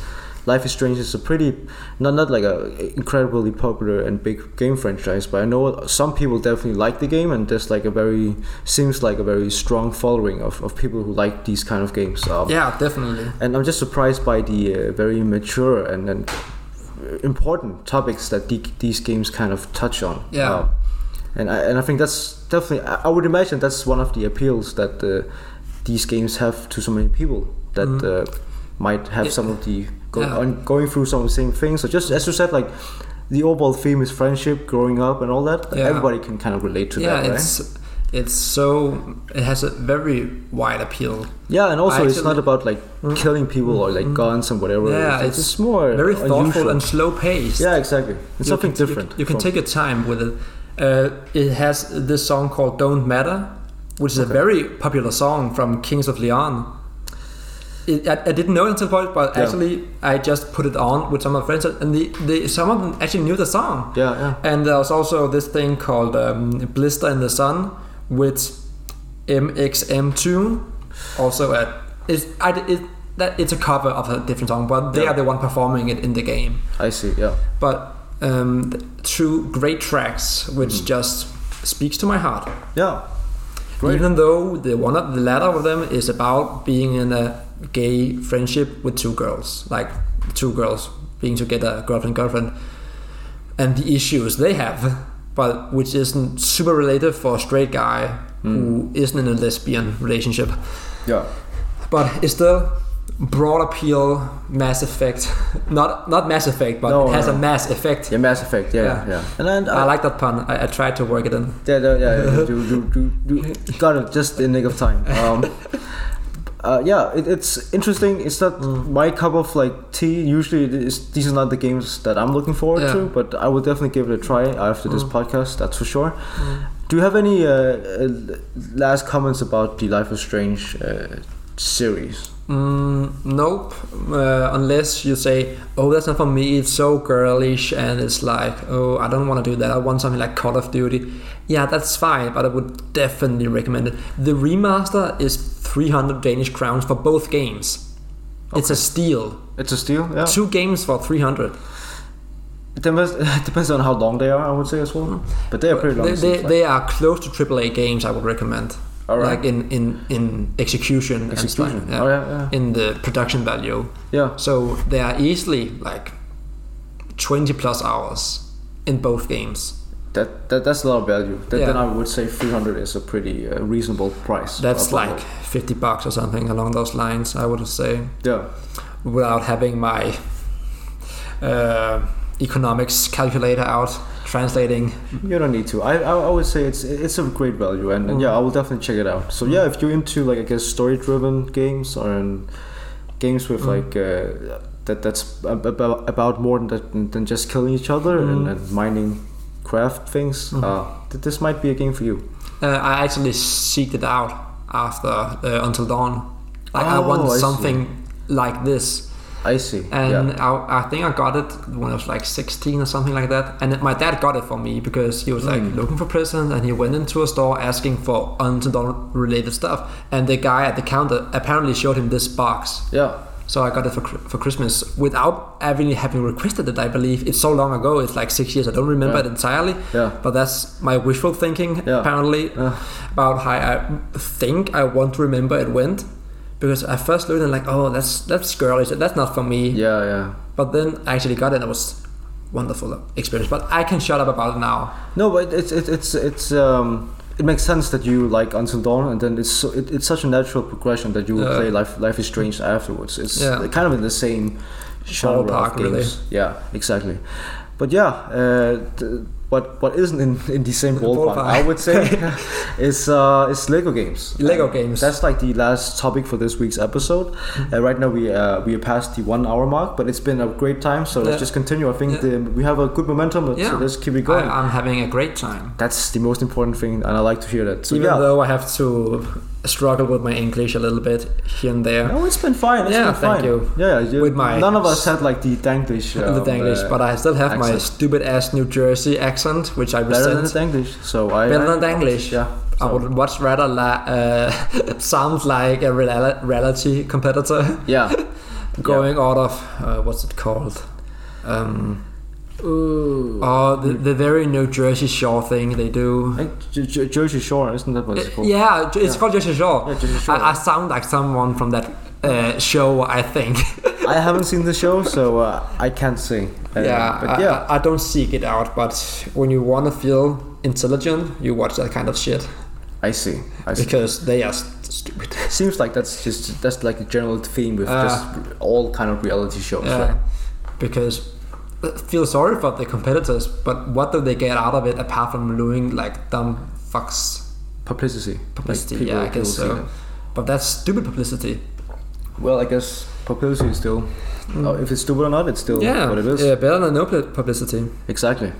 Life is Strange is a pretty not not like a incredibly popular and big game franchise, but I know some people definitely like the game, and there's like a very seems like a very strong following of, of people who like these kind of games. Um,
yeah, definitely.
and I'm just surprised by the uh, very mature and, and important topics that the, these games kind of touch on.
Yeah.
Uh, and I, and I think that's definitely I, I would imagine that's one of the appeals that uh, these games have to so many people that uh, might have
Mm-hmm. Yeah.
some of the go,
Yeah.
on, going through some of the same things. So just as you said, like the overall theme is friendship, growing up, and all that.
Yeah.
Everybody can kind of relate to that,
yeah,
right?
it's it's so it has a very wide appeal.
Yeah, and also it's
actually- Mm-hmm.
not about like killing people or like guns and whatever.
Yeah,
it's,
it's
it's more
Very thoughtful
unusual.
and slow paced.
Yeah, exactly. It's
You
something
can-
different.
You, you can
from-
take your time with it. Uh, it has this song called "Don't Matter," which is a very popular song from Kings of Leon. It, I, I didn't know it until point, but
Yeah.
actually I just put it on with some of my friends, and the, the some of them actually knew the song.
Yeah, yeah.
And there was also this thing called um, "Blister in the Sun," which MXM2, also a it's I, it, that it's a cover of a different song, but they
Yeah.
are the one performing it in the game
I see. Yeah,
but um, th- two great tracks which
Mm.
just speaks to my heart
yeah. Great.
even though the one of the latter of them is about being in a gay friendship with two girls like two girls being together girlfriend girlfriend and the issues they have but which isn't super related for a straight
Mm.
guy who isn't in a lesbian relationship
Yeah,
but it's still broad appeal Mass Effect. Not not Mass Effect, but
No,
it has
no.
a Mass Effect.
Yeah, Mass Effect. Yeah, yeah.
Yeah. uh,
And then
I like that pun. I, I tried to work it in.
Yeah, no, yeah, yeah, do, do, do, do. got it just in nick of time. Um, uh, yeah, it, it's interesting. It's not
Mm.
my cup of like tea. Usually, it is, these are not the games that I'm looking forward
Yeah. Mm.
to, but I will definitely give it a try after this podcast. That's for sure. Do you have any uh, uh, last comments about the Life is Strange uh, series?
Mm, nope. Uh, unless you say, "Oh, that's not for me. It's so girlish," and it's like, "Oh, I don't want to do that. I want something like Call of Duty." Yeah, that's fine, but I would definitely recommend it. The remaster is 300 Danish crowns for both games. It's a steal.
It's a steal. Yeah,
Two games for 300.
it depends, it depends on how long they are. I would say as well, but they are er pretty long.
They,
it
they,
seems like.
they are close to AAA games. I would recommend.
All right.
Like in in in execution,
Execution.
and stuff.
Oh, yeah, yeah.
In the production value.
yeah,
So they are easily like 20 plus hours in both games.
That, that that's a lot of value. That, Then
Yeah.
I would say 300 is a pretty uh, reasonable price.
That's
Uh,
like 50 bucks or something along those lines, I would say,
yeah,
without having my uh, economics calculator out translating.
you don't need to. I I, I would say it's it's a great value, and, and yeah, I will definitely check it out. So yeah, if you're into like I guess story driven games or um, games with
Mm.
like uh, that that's ab- ab- about more than that, than just killing each other and,
Mm-hmm.
and mining craft things, uh, th- this might be a game for you.
Uh, I actually seeked it out after uh, Until Dawn. Like, I
Oh, I
wanted
see.
something like this.
I see.
and
yeah.
I, I think I got it when I was like 16 or something like that. And my dad got it for me because he was like
Hmm.
looking for presents, and he went into a store asking for Until related stuff. And the guy at the counter apparently showed him this box,
yeah.
so I got it for Chri- for Christmas without having having requested it. I believe it's so long ago; it's like six years. I don't remember
Yeah.
it entirely,
Yeah.
but that's my wishful thinking
Yeah.
apparently
Yeah.
about how I think I want to remember it went. Because I first looked and like, oh, that's that's girlish. That's not for me.
Yeah. Yeah.
But then I actually got it and it was wonderful experience. But I can shut up about it now.
No, but it's it's it's it's um it makes sense that you like Until Dawn, and then it's so, it, it's such a natural progression that you will
Yeah.
play Life Life is Strange afterwards. It's
Yeah.
kind of in the same genre of
Ballpark,
games.
really.
Yeah, exactly. But yeah, uh, th- what what isn't in, in the same ballpark,
Ballpark.
I would say, is uh, is Lego games.
Lego
And
games. Mm-hmm.
That's like the last topic for this week's episode. Uh, right now we uh, we are past the one hour mark, but it's been a great time. So
Yeah.
let's just continue. I think
Yeah.
the, we have a good momentum. but So
Yeah.
let's keep it going.
I, am having a great time.
That's the most important thing, and I like to hear that. So
Even
yeah,
though I have to struggle with my English a little bit here and there.
no, it's been fine. It's
Yeah,
been
thank
fine.
you.
Yeah, yeah. you-
With my-
none of us had like the Danglish.
in
um,
the English,
uh,
but I still have my
accent.
stupid ass New Jersey accent, which I
better than
resent.
the English. So I
Better than the English.
Yeah.
I
so-
would much rather la- uh, sound like a reala- reality competitor
yeah.
going out of uh, what's it called? Um, oh, the, the very New Jersey Shore thing they do.
Like J- J- Jersey Shore, isn't that what it's called?
Uh, Yeah, j- it's called Jersey Shore.
Yeah, Jersey Shore.
I, I sound like someone from that uh, show, I think.
I haven't seen the show, so uh, I can't say. Uh,
yeah,
but
I,
yeah,
I, I don't seek it out, but when you want to feel intelligent, you watch that kind of shit
I see. I see.
because they are st- stupid.
Seems like that's just that's like a general theme with
Uh,
just all kind of reality shows.
Yeah,
right?
because I feel sorry for the competitors, but what do they get out of it apart from doing like dumb fucks
Publicity. Like,
publicity?
people-
yeah, I
people
guess
see
so.
that.
But that's stupid publicity.
Well, I guess publicity is still, uh, if it's stupid or not, it's still
Mm. yeah,
what it is.
yeah, better than no pl- publicity.
Exactly.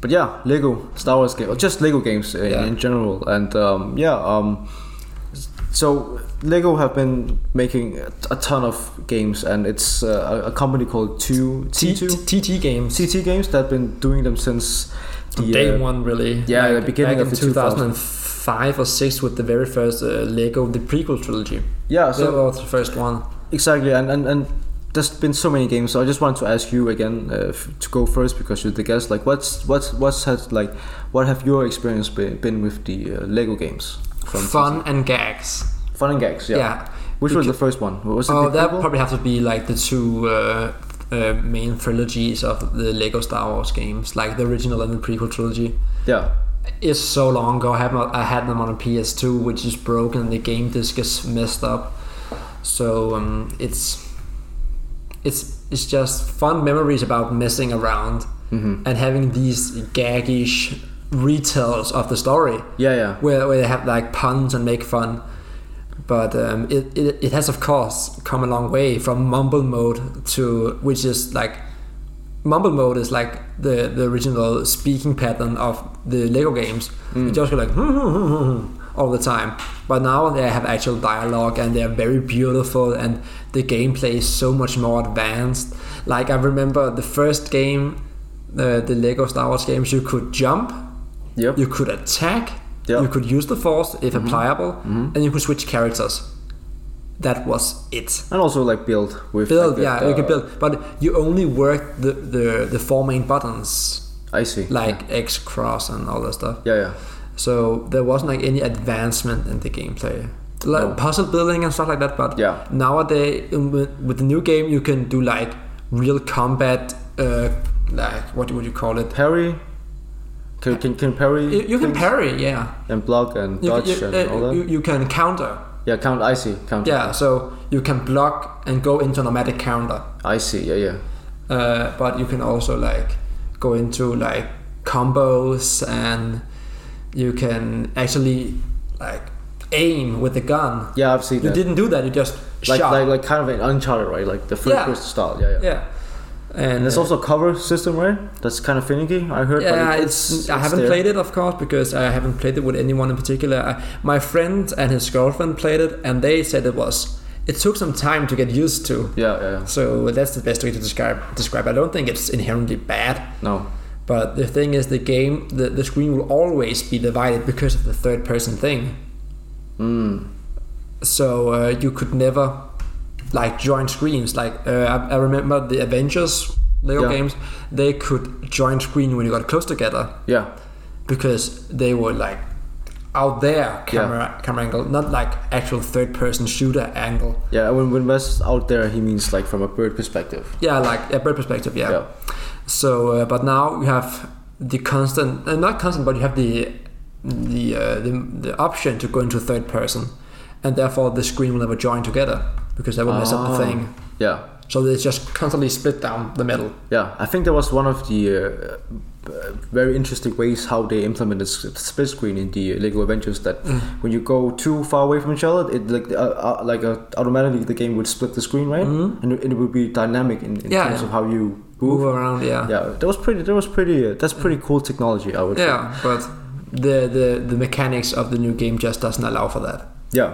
But yeah, Lego, Star Wars game, or just Lego games in,
Yeah.
in general, and um, yeah. Um, so Lego have been making a a ton of games, and it's uh, a a company called Two
T-
T
T-
Two
TT games.
CT Games that have been doing them since the
day
uh,
one really
yeah,
Like,
the beginning
back
of
in
the
2005 or 6 with the very first uh, lego the prequel trilogy
Yeah,
so that
so
was the first one
exactly, and and and there's been so many games. So I just wanted to ask you again uh, f- to go first because you're the guest. Like, what's what's what's had like, what have your experience been, been with the uh, Lego games? From
fun and gags
TT? fun and gags.
yeah,
Which was the first one? What Was it
oh
the
that
prequel?
probably have to be like the two uh, uh, main trilogies of the lego star wars games like the original and the prequel trilogy
yeah,
it's so long ago i, have not, I had them on a ps2 which is broken the game disc is messed up So um, it's it's it's just fun memories about messing around and having these gaggish retells of the story
Yeah, yeah.
where, where they have like puns and make fun. But um, it, it, it has of course come a long way from mumble mode to which is like mumble mode is like the, the original speaking pattern of the Lego games. You just go like all the time. But now they have actual dialogue and they are very beautiful and the gameplay is so much more advanced. Like I remember the first game, the the Lego Star Wars games, you could jump
Yep. Mm-hmm.
you could attack,
Yeah.
you could use the force if applicable, and you could switch characters. That was it.
and also like build with
Build,
like,
yeah,
the-
you could
the-
build, but you only worked the, the, the four main buttons,
I see.
like X, cross, and all that stuff.
yeah, yeah.
So there wasn't like any advancement in the gameplay, like
No.
puzzle building and stuff like that. But
Yeah.
nowadays um, with with the new game, you can do like real combat, uh, like what would you call it?
Parry. Can can, can parry.
You, you can
things?
parry, yeah.
and block and
You,
dodge
you,
and
uh,
all that.
you, you can counter.
yeah, count. I see. Count.
Yeah, so you can block and go into nomadic counter,
I see. Yeah, yeah.
uh, but you can also like go into like combos and you can actually like aim with the gun.
Yeah, I've seen
You
that.
didn't do that. You just
like,
shot.
like like kind of an uncharted, right? Like the first
Yeah.
person style. Yeah, yeah.
yeah, and
And there's
uh,
also a cover system, right? That's kind of finicky. I heard. but
yeah, it's, I haven't
there.
played it, of course, because I haven't played it with anyone in particular. I, my friend and his girlfriend played it, and they said it was. It took some time to get used to.
Yeah, yeah. yeah.
So that's the best way to describe describe. I don't think it's inherently bad,
No.
but the thing is, the game, the, the screen will always be divided because of the third person thing.
Mm.
So uh, you could never like join screens. Like uh, I, I remember the Avengers Lego
Yeah.
games, they could join screen when you got close together
Yeah.
because they were like out there camera camera angle, not like actual third person shooter angle.
Yeah. When when Wes out there, he means like from a bird perspective.
Yeah, like a bird perspective. Yeah.
Yeah.
So, uh, but now you have the constant, uh, not constant, but you have the the, uh, the the option to go into third person, and therefore the screen will never join together because that will mess up the
Ah.
thing.
Yeah.
So they just constantly split down the middle.
Yeah, I think that was one of the uh, uh, very interesting ways how they implemented s- split screen in the Lego Adventures. That
Mm.
when you go too far away from each other, it like uh, uh, like uh, automatically the game would split the screen, right? And, it- it would be dynamic in, in
Mm-hmm. Yeah,
terms
yeah.
of how you
Move
move.
around, yeah,
Yeah, that was pretty. That was pretty. Uh, that's pretty cool technology. I would.
yeah. But the, the the mechanics of the new game just doesn't allow for that.
Yeah.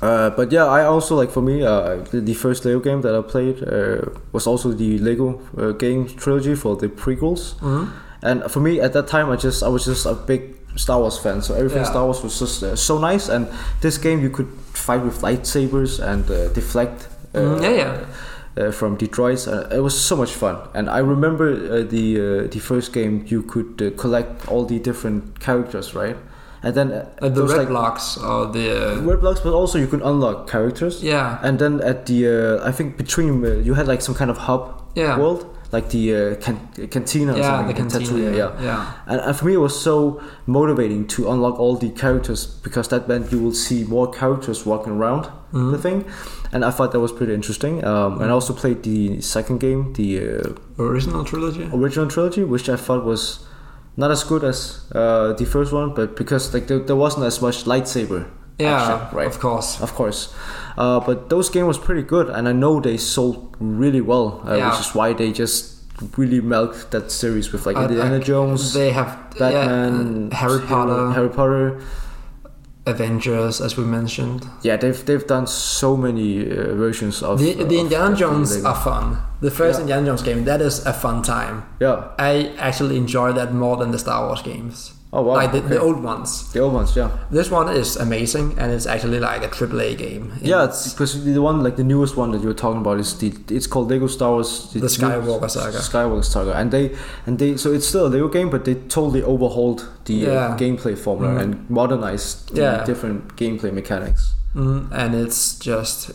Uh, but yeah, I also like for me, uh, the, the first Lego game that I played uh, was also the Lego uh, game trilogy for the prequels.
Mhm.
And for me, at that time, I just I was just a big Star Wars fan, so everything
Yeah.
Star Wars was just uh, so nice. And this game, you could fight with lightsabers and uh, deflect. Uh,
Mm, yeah, yeah.
Uh, from Detroit, uh, it was so much fun, and I remember uh, the uh, the first game. You could uh, collect all the different characters, right? And then uh,
Like the
those,
red
like,
blocks or the uh,
word blocks, but also you can unlock characters.
yeah
And then at the, uh, I think between uh, you had like some kind of hub
yeah
world, like the uh, can- cantina or
yeah the
something. in
cantina
Tatooine,
yeah yeah.
And, and for me, it was so motivating to unlock all the characters because that meant you will see more characters walking around
Mhm.
the thing, and I thought that was pretty interesting. Um, And I also played the second game, the uh,
original trilogy.
original trilogy, which I thought was not as good as uh, the first one, but because like there, there wasn't as much lightsaber
Yeah,
action, right?
of course.
Of course, uh, but those game was pretty good, and I know they sold really well, uh,
Yeah.
which is why they just really milked that series with like
I-
Indiana
I-
Jones,
Uh, They have yeah,
Batman,
uh, Harry Potter,
Harry Potter.
Avengers, as we mentioned.
Yeah, they've they've done so many uh, versions of
The,
of-
the Indiana
of
Jones
Lego.
are fun. The first
Yeah.
Indiana Jones game, that is a fun time.
yeah.
I actually enjoy that more than the Star Wars games.
Oh wow.
like the,
okay.
the old ones.
The old ones, yeah,
This one is amazing and it's actually like a AAA game. And
yeah. It's because the one, like the newest one that you were talking about, is the it's called Lego Star Wars:
The Skywalker Saga.
Skywalker Saga, and they and they so it's still a Lego game, but they totally overhauled the
Yeah.
uh, gameplay formula
Mm.
and modernized the
Yeah.
different gameplay mechanics.
Mm, and it's just,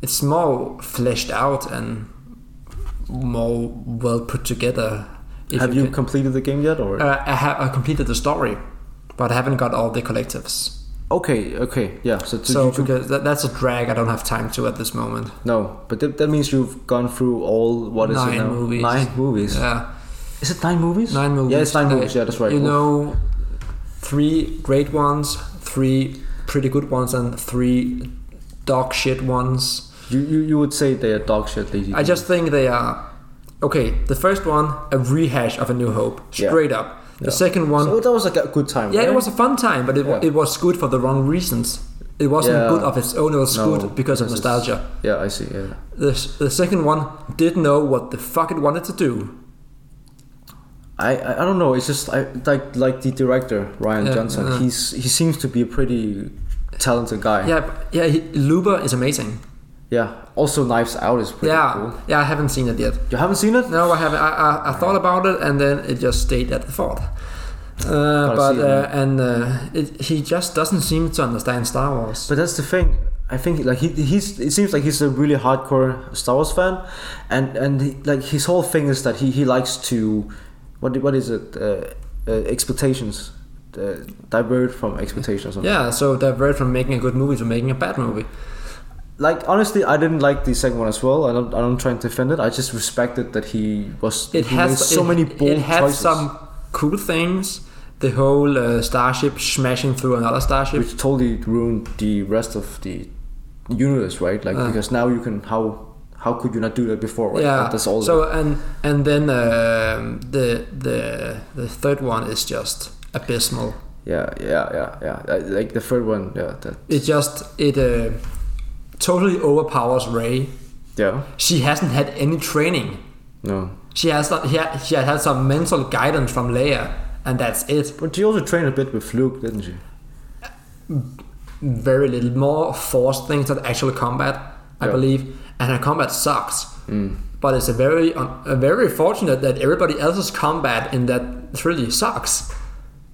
it's more fleshed out and more well put together. if
Have you,
can-
completed the game yet, or
Uh, I have I completed the story, but I haven't got all the collectives.
Okay, okay, yeah. So, to
So
you two-
because that, that's a drag, I don't have time to at this moment.
no, but that, that means you've gone through all what is
Nine
it now?
movies.
Nine movies.
Yeah,
Is it nine movies?
Uh, nine movies.
Yeah, it's nine
Uh,
movies. Yeah, that's right.
You know, three great ones, three pretty good ones, and three dog shit ones.
you, you you would say they are dog shit, lady.
I just think they are okay. The first one, a rehash of A New Hope,
Yeah.
straight up. The
Yeah.
second one,
So that was like a good time.
yeah,
right?
it was a fun time, but it, wa-
Yeah.
it was good for the wrong reasons. It wasn't
Yeah.
good of its own. It was
No,
good because of
because it's-
nostalgia.
Yeah, I see. Yeah.
The, s- the second one didn't know what the fuck it wanted to do.
I, I I don't know. It's just I like like the director Ryan
Yeah,
Johnson.
yeah.
He's he seems to be a pretty talented guy.
Yeah, but- yeah. He, Luba is amazing.
Yeah. Also, Knives Out is pretty
yeah,
cool.
yeah. I haven't seen it yet.
You haven't seen it?
No, I haven't. I, I, I thought about it, and then it just stayed at the thought. Uh,
I
but
see,
uh, and uh, it, he just doesn't seem to understand Star Wars.
But that's the thing. I think like he he's it seems like he's a really hardcore Star Wars fan, and and he, like his whole thing is that he he likes to, what what is it? Uh, uh, expectations, uh, divert from expectations. Or something.
Yeah, so divert from making a good movie to making a bad movie.
Like honestly, I didn't like the second one as well. I don't. I don't try and defend it. I just respected that he was.
It
he
has
made so
it,
many bold
It had
choices,
some cool things. The whole uh, starship smashing through another starship.
which totally ruined the rest of the universe, right? Like
Uh.
because now you can how how could you not do that before? Right?
yeah,
that's all.
So and and then um, the the the third one is just abysmal.
yeah, yeah, yeah, yeah. Uh, Like the third one, yeah, that,
It just it uh, totally overpowers Ray.
yeah,
She hasn't had any training.
no.
She has not. She had, she had had some mental guidance from Leia, and that's it.
But you also trained a bit with Luke, didn't you?
very little more forced things than actual combat, I
Yeah. Mm.
believe. And her combat sucks. But it's a very un- a very fortunate that everybody else's combat in that trilogy sucks.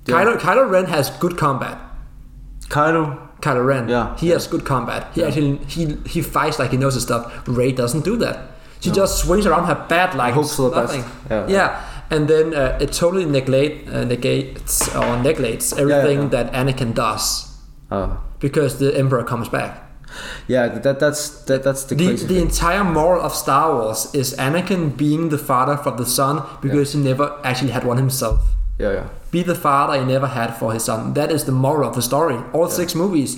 Yeah.
Kylo, Kylo Ren has good combat.
Kylo.
Kylo Ren,
Yeah,
he has good combat. He actually he he fights like he knows his stuff. Ray doesn't do that. She just swings around her bat like
Hopes for the best.
nothing.
Yeah.
and then uh, it totally neglect, uh, negates or neglects everything
yeah.
that Anakin does
Uh,
because the Emperor comes back.
yeah, that that's that, that's the,
The,
crazy
the
thing.
entire moral of Star Wars is Anakin being the father for the son because he never actually had one himself.
Yeah, yeah.
Be the father he never had for his son. That is the moral of the story. All six movies.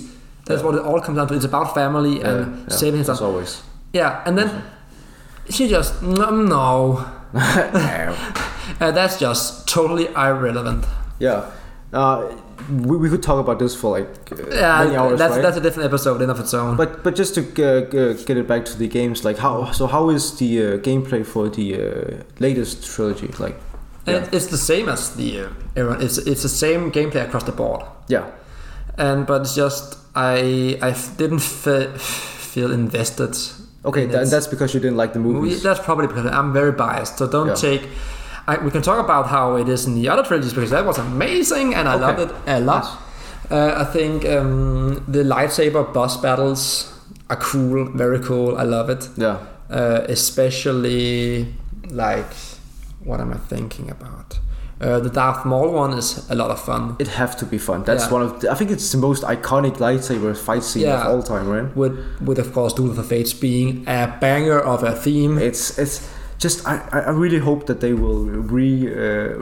That's what it all comes down to. It's about family
Yeah,
and
yeah,
saving his
as
son.
always.
Yeah, and then she just "Mm, no. Uh, that's just totally irrelevant.
Yeah. Uh, we, we could talk about this for like uh,
Yeah,
many hours,
that's
right?
that's a different episode in of its own.
but but just to uh, g- get it back to the games, like how so how is the uh, gameplay for the uh, latest trilogy? Like,
And
yeah,
It's the same as the uh, Aaron. It's it's the same gameplay across the board.
yeah,
and but it's just I I f- didn't fe- feel invested.
okay,
in
tha-
it.
that's because you didn't like the
We-
movies.
that's probably because I'm very biased. So don't
Yeah.
take. I, we can talk about how it is in the other trilogies because that was amazing and I
Okay.
loved it a lot.
Nice.
Uh, I think um, the lightsaber boss battles are cool, very cool. I love it,
Yeah,
uh, especially like what am I thinking about? Uh, the Darth Maul one is a lot of fun.
it have to be fun. That's
Yeah.
one of the, I think it's the most iconic lightsaber fight scene
Yeah.
of all time, right?
with with of course Duel of the Fates being a banger of a theme.
It's it's just I, I I really hope that they will re uh,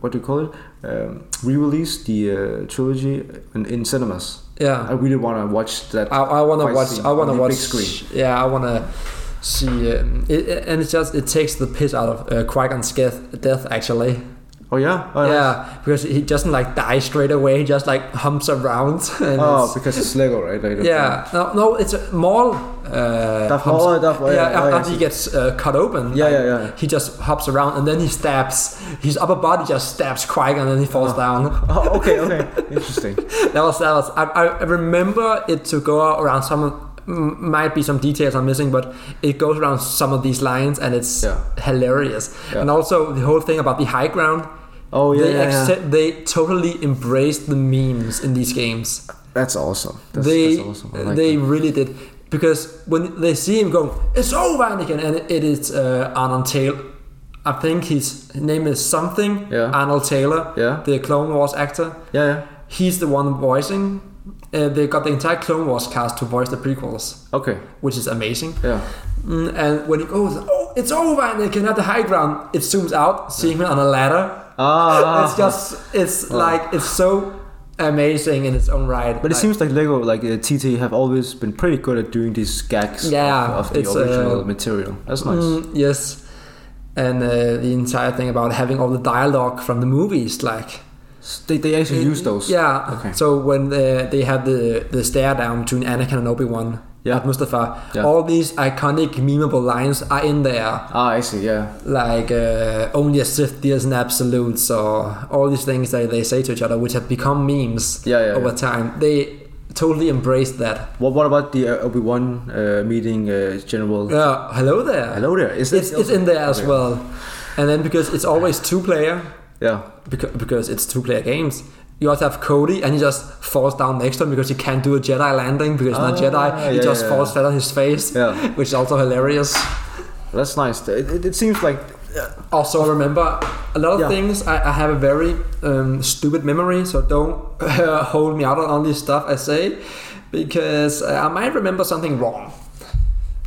what do you call it um, re-release the uh, trilogy in, in cinemas. I
yeah,
really want to watch that.
I, I want to
fight
watch.
scene
I want
on
to
the
watch.
big screen.
Yeah, I want to see. Um, it, it- and it just it takes the piss out of uh, Qui Gon's death, death actually.
Oh yeah, oh, nice.
yeah, because he doesn't like die straight away. He just like humps around. And
Oh,
it's-
because it's Lego, right? I don't
yeah, no, no, it's a Maul. Uh,
Darth
humps-
Maul, Darth Maul,
yeah,
yeah,
after
yeah,
he
yeah.
gets uh, cut open.
Yeah,
like,
yeah, yeah.
He just hops around and then he stabs. His upper body just stabs Qui Gon and then he falls down.
Oh, okay, okay, interesting.
That was that was. I, I remember it to go around some. of- m- Might be some details I'm missing, but it goes around some of these lines and it's
Yeah.
hilarious.
Yeah.
And also the whole thing about the high ground.
Oh yeah,
they
yeah, yeah.
accept, they totally embraced the memes in these games.
that's awesome. That's,
they
that's awesome. I like
they
that.
really did because when they see him going, it's over, Anakin, and it is uh, Arnold Taylor. I think his name is something
Yeah.
Arnold Taylor,
yeah,
the Clone Wars actor
yeah, yeah.
he's the one voicing Uh, they got the entire Clone Wars cast to voice the prequels,
Okay.
which is amazing.
Yeah.
Mm, and when he goes, oh, it's over, and they can have the high ground, it zooms out, seeing him on a ladder.
Ah.
it's just, it's like, it's so amazing in its own right.
But it
Like,
seems like Lego, like uh, TT, have always been pretty good at doing these gags of-
Yeah,
of, the
it's,
original
uh,
material. That's nice.
Mm, yes. And uh, the entire thing about having all the dialogue from the movies, like
S- They, they actually
Uh,
use those.
Yeah.
Okay.
So when they, they had the the stare down between Anakin and Obi Wan
Yeah.
at Mustafar,
Yeah.
all these iconic memeable lines are in there,
Ah, I see. Yeah.
like uh, only a Sith deals in absolutes, or all these things that they say to each other, which have become memes
Yeah, yeah,
over
yeah.
time. They totally embraced that.
What What about the uh, Obi Wan uh, meeting uh, General?
Uh, hello there.
Hello there. Is
It's, it's in there as
Okay.
well, and then because it's always two player,
Yeah.
because, because it's two player games. You also have Cody, and he just falls down next to him because he can't do a Jedi landing because he's
Ah,
not Jedi. He
yeah,
just
yeah,
falls
yeah.
flat on his face,
Yeah.
which is also hilarious.
That's nice. It, it, it seems like.
Also, remember a lot of
Yeah.
things. I, I have a very um, stupid memory, so don't uh, hold me out on all this stuff I say because I might remember something wrong.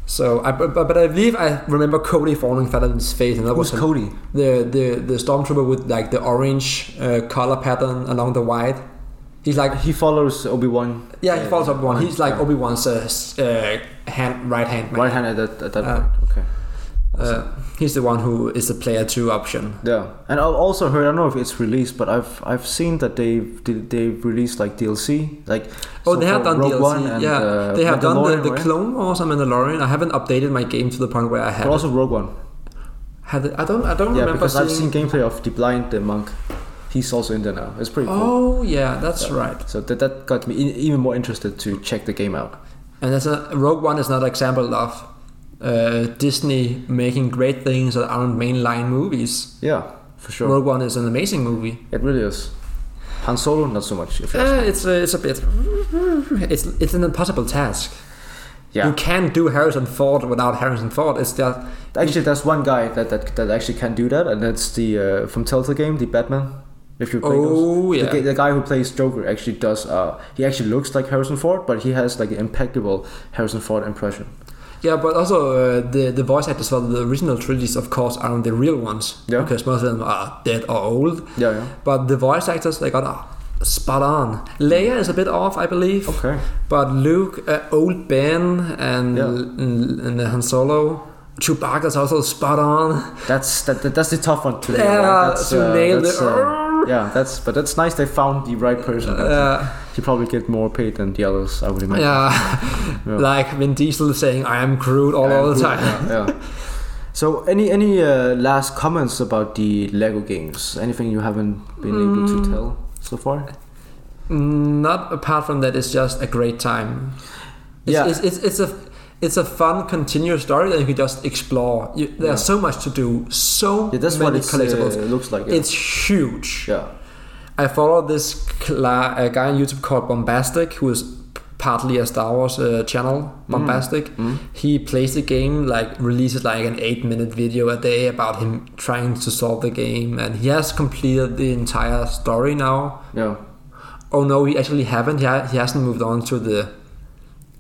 So, I, but, but I believe I remember Cody falling flat on his face, and that
Who's
was a-
Cody?
the the the stormtrooper with like the orange uh, color pattern along the white. He's like
He follows uh, Obi Wan.
yeah, he follows Obi Wan. He's like
Yeah.
Obi Wan's uh, s- uh, hand right hand man.
Right handed at, at that
Uh,
point. Okay.
Uh, he's the one who is the player two option.
Yeah, and I've also heard. I don't know if it's released, but I've I've seen that they've did- they've released like DLC. Like
Oh,
so
they have
for
done
Rogue
DLC.
One and,
yeah,
uh,
they have done the,
Mandalorian,
the
right?
Clone Wars and Mandalorian. I haven't updated my game to the point where I
but
have.
also Rogue One.
had it. I don't. I don't
Yeah,
remember
because
seeing.
I've seen gameplay of the blind the monk. He's also in there now. It's pretty cool.
oh yeah, that's right.
So that that got me e- even more interested to check the game out.
And that's a Rogue One is another example of uh, Disney making great things that aren't mainline movies.
Yeah, for sure.
Rogue One is an amazing movie.
It really is. Han Solo, not so much. If you ask
Uh,
me.
it's a, it's a bit. It's it's an impossible task.
Yeah,
You can't do Harrison Ford without Harrison Ford. It's just
actually, there's one guy that, that that actually can do that, and that's the uh, from Telltale game, the Batman. If you play those.
oh
The
yeah.
The, the guy who plays Joker actually does. Uh, he actually looks like Harrison Ford, but he has like an impeccable Harrison Ford impression.
Yeah, but also uh, the the voice actors for the original trilogies, of course, aren't the real ones
Yeah.
because most of them are dead or old.
Yeah, yeah.
But the voice actors they got uh, spot on. Leia is a bit off, I believe,
Okay.
but Luke, uh, old Ben, and
Yeah.
and, and Han Solo, Chewbacca's also spot on.
That's that, that that's the tough one to nail.
Yeah,
right? That's,
to
uh,
nail
that's,
the-
uh, yeah, that's but that's nice. They found the right person.
Uh,
he probably get more paid than the others. I would imagine.
yeah,
Yeah.
like Vin Diesel saying "I am Groot" all, all the time.
Yeah. yeah. So, any any uh, last comments about the Lego games? Anything you haven't been able to tell so far?
Not apart from that, it's just a great time. It's,
Yeah.
it's, it's, it's a it's a fun continuous story that you can just explore. You, there's
Yeah.
so much to do, so
Yeah, that's
many
what it's, uh,
collectibles.
looks like. Yeah.
It's huge.
yeah.
I follow this cla- a guy on YouTube called Bombastic, who is partly a Star Wars uh, channel. Bombastic. He plays the game, like releases like an eight-minute video a day about him trying to solve the game, and he has completed the entire story now.
Yeah.
Oh no, he actually haven't. He, ha- he hasn't moved on to the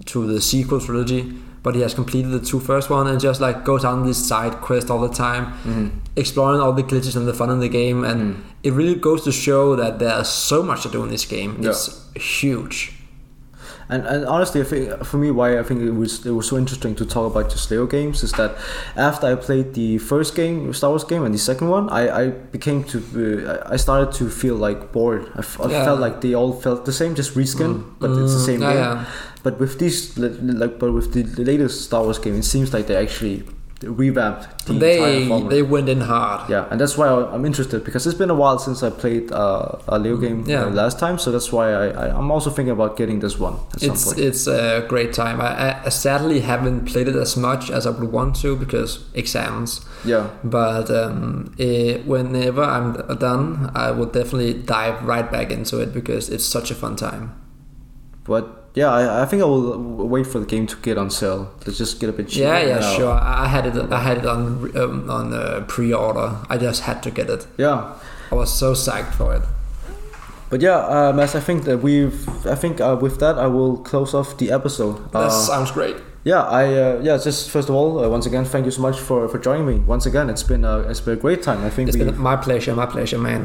to the sequel trilogy, but he has completed the two first one and just like goes on this side quest all the time,
Mm-hmm.
exploring all the glitches and the fun in the game. And it really goes to show that there's so much to do in this game.
Yeah.
It's huge.
And, and honestly, I think for me, why I think it was it was so interesting to talk about just Lego games is that after I played the first game, Star Wars game, and the second one, I, I became to uh, I- I started to feel like bored. I, f- I
Yeah.
felt like they all felt the same, just reskin, but it's the
Mm,
same
yeah,
game.
yeah.
But with these, li- li- like, but with the the latest Star Wars game, it seems like they actually revamped the entire
They
formula.
they went in hard.
yeah, and that's why I- I'm interested because it's been a while since I played uh, a Lego game
Mm. Yeah.
uh, last time, so that's why I, I, I'm also thinking about getting this one at some
It's
point.
it's a great time. I, I- I sadly haven't played it as much as I would want to because exams.
yeah.
But um, eh, whenever I'm d- done, I will definitely dive right back into it because it's such a fun time.
But yeah, I, I think I will w- wait for the game to get on sale. Let's just get a bit cheaper.
yeah, yeah,
now.
sure. I I had it. I had it on re- um, on uh, pre-order. I just had to get it.
Yeah,
I was so psyched for it.
But yeah, uh, Mads, I think that we've. I think uh, with that, I will close off the episode.
That
Uh,
sounds great.
yeah, I uh, yeah. Just first of all, uh, once again, thank you so much for, for joining me. Once again, it's been uh, it's been a great time. I think
It's
we,
been my pleasure, my pleasure, man.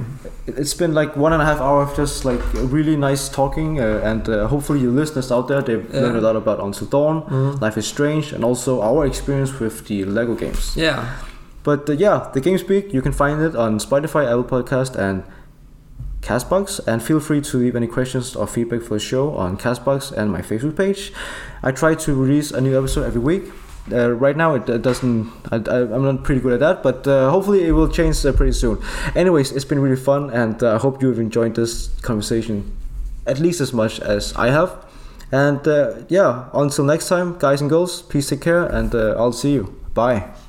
It- It's been like one and a half hour of just like really nice talking, uh, and uh, hopefully your listeners out there they've
Yeah. Mm-hmm.
learned a lot about Until Dawn, Life is Strange, and also our experience with the Lego games.
Yeah.
But uh, yeah, the Game Speak you can find it on Spotify, Apple Podcast, and Castbox. And feel free to leave any questions or feedback for the show on Castbox and my Facebook page. I try to release a new episode every week. Uh, right now, it, it doesn't. I, I, I'm not pretty good at that, but uh, hopefully, it will change uh, pretty soon. Anyways, it's been really fun, and uh, I hope you've enjoyed this conversation at least as much as I have. And uh, yeah, until next time, guys and girls, peace, take care, and uh, I'll see you. Bye.